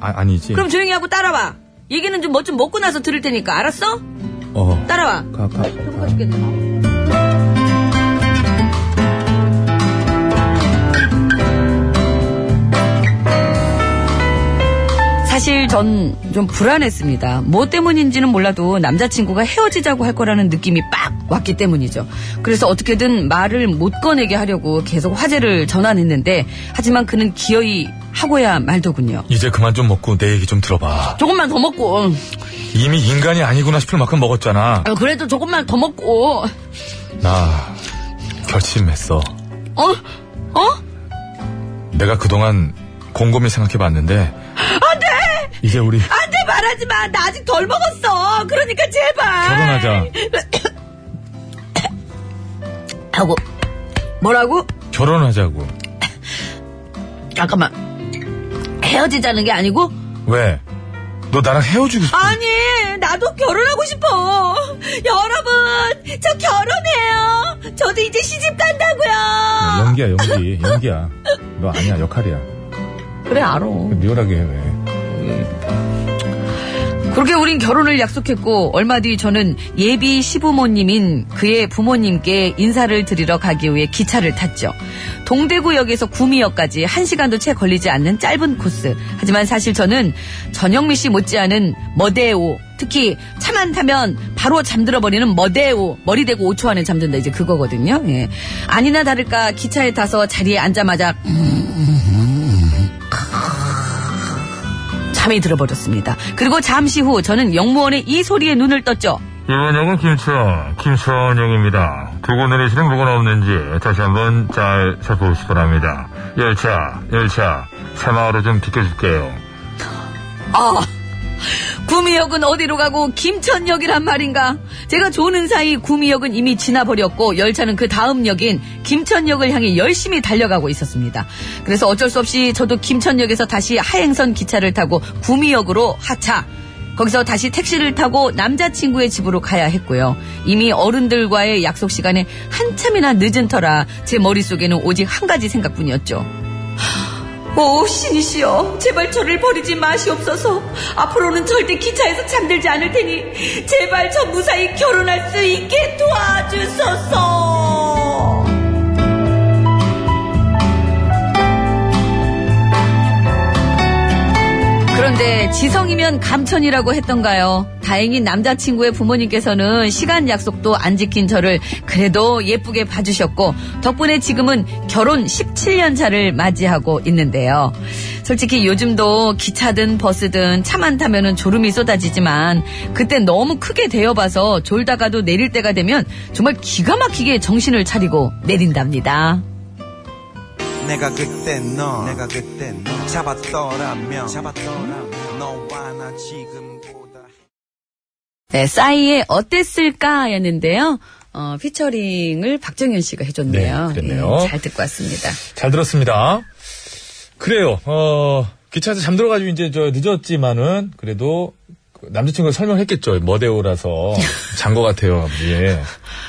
D: 아, 아니지.
B: 그럼 조용히 하고 따라와. 얘기는 좀 뭐 좀 먹고 나서 들을 테니까. 알았어?
D: 어.
B: 따라와.
D: 가, 가, 가.
B: 배고파 죽겠네. 사실 전 좀 불안했습니다. 뭐 때문인지는 몰라도 남자친구가 헤어지자고 할 거라는 느낌이 빡 왔기 때문이죠. 그래서 어떻게든 말을 못 꺼내게 하려고 계속 화제를 전환했는데 하지만 그는 기어이 하고야 말더군요.
D: 이제 그만 좀 먹고 내 얘기 좀 들어봐.
B: 조금만 더 먹고.
D: 이미 인간이 아니구나 싶을 만큼 먹었잖아.
B: 아, 그래도 조금만 더 먹고.
D: 나 결심했어.
B: 어? 어?
D: 내가 그동안 곰곰이 생각해봤는데
B: 안 돼!
D: 이제 우리
B: 안 돼! 말하지 마! 나 아직 덜 먹었어! 그러니까 제발!
D: 결혼하자.
B: 하고, 뭐라고?
D: 결혼하자고.
B: 잠깐만. 헤어지자는 게 아니고?
D: 왜? 너 나랑 헤어지고 싶어?
J: 아니, 나도 결혼하고 싶어. 여러분, 저 결혼해요. 저도 이제 시집
B: 아.
J: 간다고요.
D: 연기야 연기 연기야. 너 아니야 역할이야.
B: 그래, 알아.
D: 리얼하게 해 왜?
B: 그렇게 우린 결혼을 약속했고 얼마 뒤 저는 예비 시부모님인 그의 부모님께 인사를 드리러 가기 위해 기차를 탔죠. 동대구역에서 구미역까지 1시간도 채 걸리지 않는 짧은 코스. 하지만 사실 저는 전영미 씨 못지않은 머대오 특히 차만 타면 바로 잠들어버리는 머대오 머리 대고 5초 안에 잠든다 이제 그거거든요. 예. 아니나 다를까 기차에 타서 자리에 앉자마자 잠이 들어버렸습니다. 그리고 잠시 후 저는 영무원의 이 소리에 눈을 떴죠.
K: 이번역은 김천, 김천역입니다. 두고 내리시는 물건 없는지 다시 한번 잘 살펴보시기 바랍니다. 열차, 열차, 새마을로 좀 비켜줄게요.
B: 아, 구미역은 어디로 가고 김천역이란 말인가? 제가 조는 사이 구미역은 이미 지나버렸고 열차는 그 다음 역인 김천역을 향해 열심히 달려가고 있었습니다. 그래서 어쩔 수 없이 저도 김천역에서 다시 하행선 기차를 타고 구미역으로 하차. 거기서 다시 택시를 타고 남자친구의 집으로 가야 했고요. 이미 어른들과의 약속 시간에 한참이나 늦은 터라 제 머릿속에는 오직 한 가지 생각뿐이었죠.
J: 오 신이시여 제발 저를 버리지 마시옵소서 앞으로는 절대 기차에서 잠들지 않을 테니 제발 저 무사히 결혼할 수 있게 도와주소서
B: 그런데 지성이면 감천이라고 했던가요? 다행히 남자친구의 부모님께서는 시간 약속도 안 지킨 저를 그래도 예쁘게 봐주셨고 덕분에 지금은 결혼 17년 차를 맞이하고 있는데요. 솔직히 요즘도 기차든 버스든 차만 타면은 졸음이 쏟아지지만 그때 너무 크게 대여봐서 졸다가도 내릴 때가 되면 정말 기가 막히게 정신을 차리고 내린답니다.
L: 내가 그때 너 내가 그때 너 잡았더라면 잡았더라면 너와 나 지금보다
B: 네, 싸이의 어땠을까 였는데요. 어, 피처링을 박정현 씨가 해줬네요.
D: 네, 그랬네요.
B: 예, 잘 듣고 왔습니다.
D: 잘 들었습니다. 그래요. 어, 기차에서 잠들어가지고 이제 저 늦었지만은 그래도 남자친구가 설명했겠죠. 머데오라서 잔 거 같아요, 아버지. 예.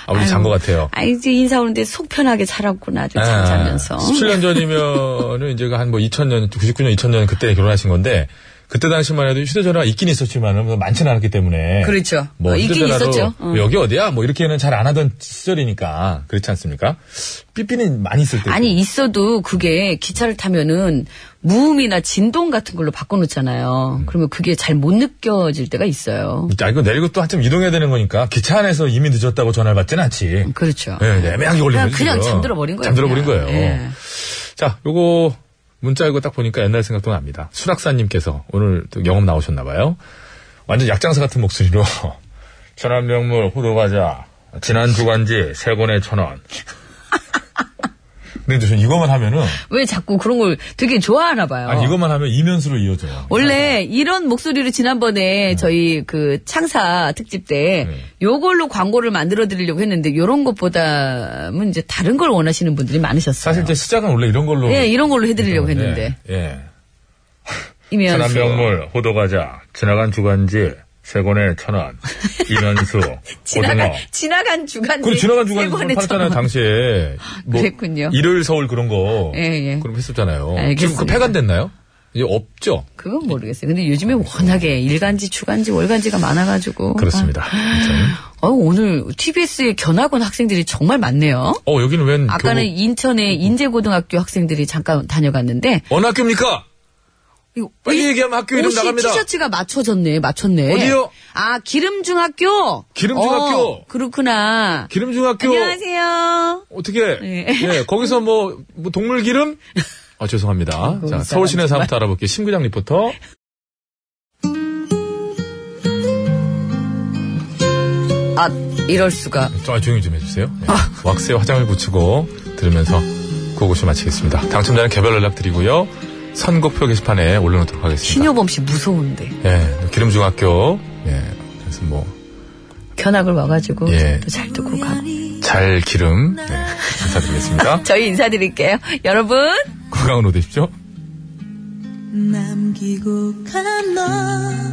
D: 아버지 잔 거 같아요.
B: 아, 이제 인사 오는데 속 편하게 살았구나, 아주
D: 아,
B: 잠자면서.
D: 17년 전이면은 이제 한 뭐 2000년, 99년, 2000년 그때 결혼하신 건데 그때 당시만 해도 휴대전화가 있긴 있었지만은 뭐 많지는 않았기 때문에.
B: 그렇죠.
D: 뭐
B: 어, 있긴
D: 휴대전화로
B: 있었죠. 어.
D: 뭐 여기 어디야? 뭐 이렇게는 잘 안 하던 시절이니까 그렇지 않습니까? 삐삐는 많이 있을 때.
B: 아니, 있어도 그게 기차를 타면은 무음이나 진동 같은 걸로 바꿔놓잖아요.
D: 음.
B: 그러면 그게 잘 못 느껴질 때가 있어요.
D: 아, 이거 내리고 또 한참 이동해야 되는 거니까 기차 안에서 이미 늦었다고 전화를 받지는 않지.
B: 그렇죠.
D: 예, 네, 애매하게 걸리는
B: 그냥,
D: 거지,
B: 그냥
D: 지금.
B: 잠들어버린 거예요.
D: 잠들어버린
B: 그냥.
D: 거예요.
B: 예.
D: 자, 요거 문자 이거 딱 보니까 옛날 생각도 납니다. 수락사님께서 오늘 또 영업 나오셨나 봐요. 완전 약장사 같은 목소리로 천안명물 호두과자 지난 주간지 세 권에 천 원. 근데 저는 이거만 하면은
B: 왜 자꾸 그런 걸 되게 좋아하나 봐요.
D: 아니 이것만 하면 이면수로 이어져요.
B: 원래 이런 목소리로 지난번에 저희 그 창사 특집 때
D: 네.
B: 요걸로 광고를 만들어 드리려고 했는데 요런 것보다는 이제 다른 걸 원하시는 분들이 많으셨어요.
D: 사실 이제 시작은 원래 이런 걸로
B: 네. 예, 이런 걸로 해드리려고 했는데.
D: 예.
B: 이면수.
D: 네. 천안명물 호두과자 지나간 주간지 세 권에 천 원. 이면수
B: 지나간,
D: 고등어
B: 지나간 주간.
D: 그리고 지나간
B: 세
D: 주간에
B: 번의
D: 팔았잖아요,
B: 전화.
D: 당시에. 뭐
B: 그랬군요.
D: 일요일 서울 그런 거.
B: 예, 예.
D: 그럼 했었잖아요. 지금
B: 알겠습니다.
D: 그 폐간됐나요? 이제 없죠?
B: 그건 모르겠어요. 근데 요즘에 워낙에 일간지, 주간지, 월간지가 많아가지고.
D: 그렇습니다.
B: 아, 어, 오늘 TBS에 견학원 학생들이 정말 많네요.
D: 어, 여기는 웬.
B: 아까는
D: 교복-
B: 인천의 인제고등학교 학생들이 잠깐 다녀갔는데
D: 어느 학교입니까?
B: 이거
A: 빨리
B: 옷-
A: 얘기하면 학교 이름
B: 옷이
A: 나갑니다.
B: 티셔츠가 맞춰졌네, 맞췄네.
A: 어디요?
B: 아, 기름중학교.
A: 기름중학교.
B: 어, 그렇구나.
A: 기름중학교.
B: 안녕하세요.
A: 어떻게? 예, 거기서 뭐, 뭐 동물 기름? 아 죄송합니다. 자, 서울 시내사부터 알아볼게요. 심구장 리포터.
B: 아, 이럴 수가.
D: 좀 조용히 좀 해주세요. 예. 왁스에 화장을 붙이고 들으면서 구호고시 마치겠습니다. 당첨자는 개별 연락 드리고요. 선곡표 게시판에 올려놓도록 하겠습니다.
B: 신효범 씨 무서운데.
D: 예, 기름중학교. 예, 그래서 뭐,
B: 견학을 와가지고
D: 예.
B: 또 잘 듣고 가.
D: 잘 기름. 네, 감사드리겠습니다.
B: 저희 인사드릴게요. 여러분.
D: 건강으로 되십시오.
M: 남기고 간너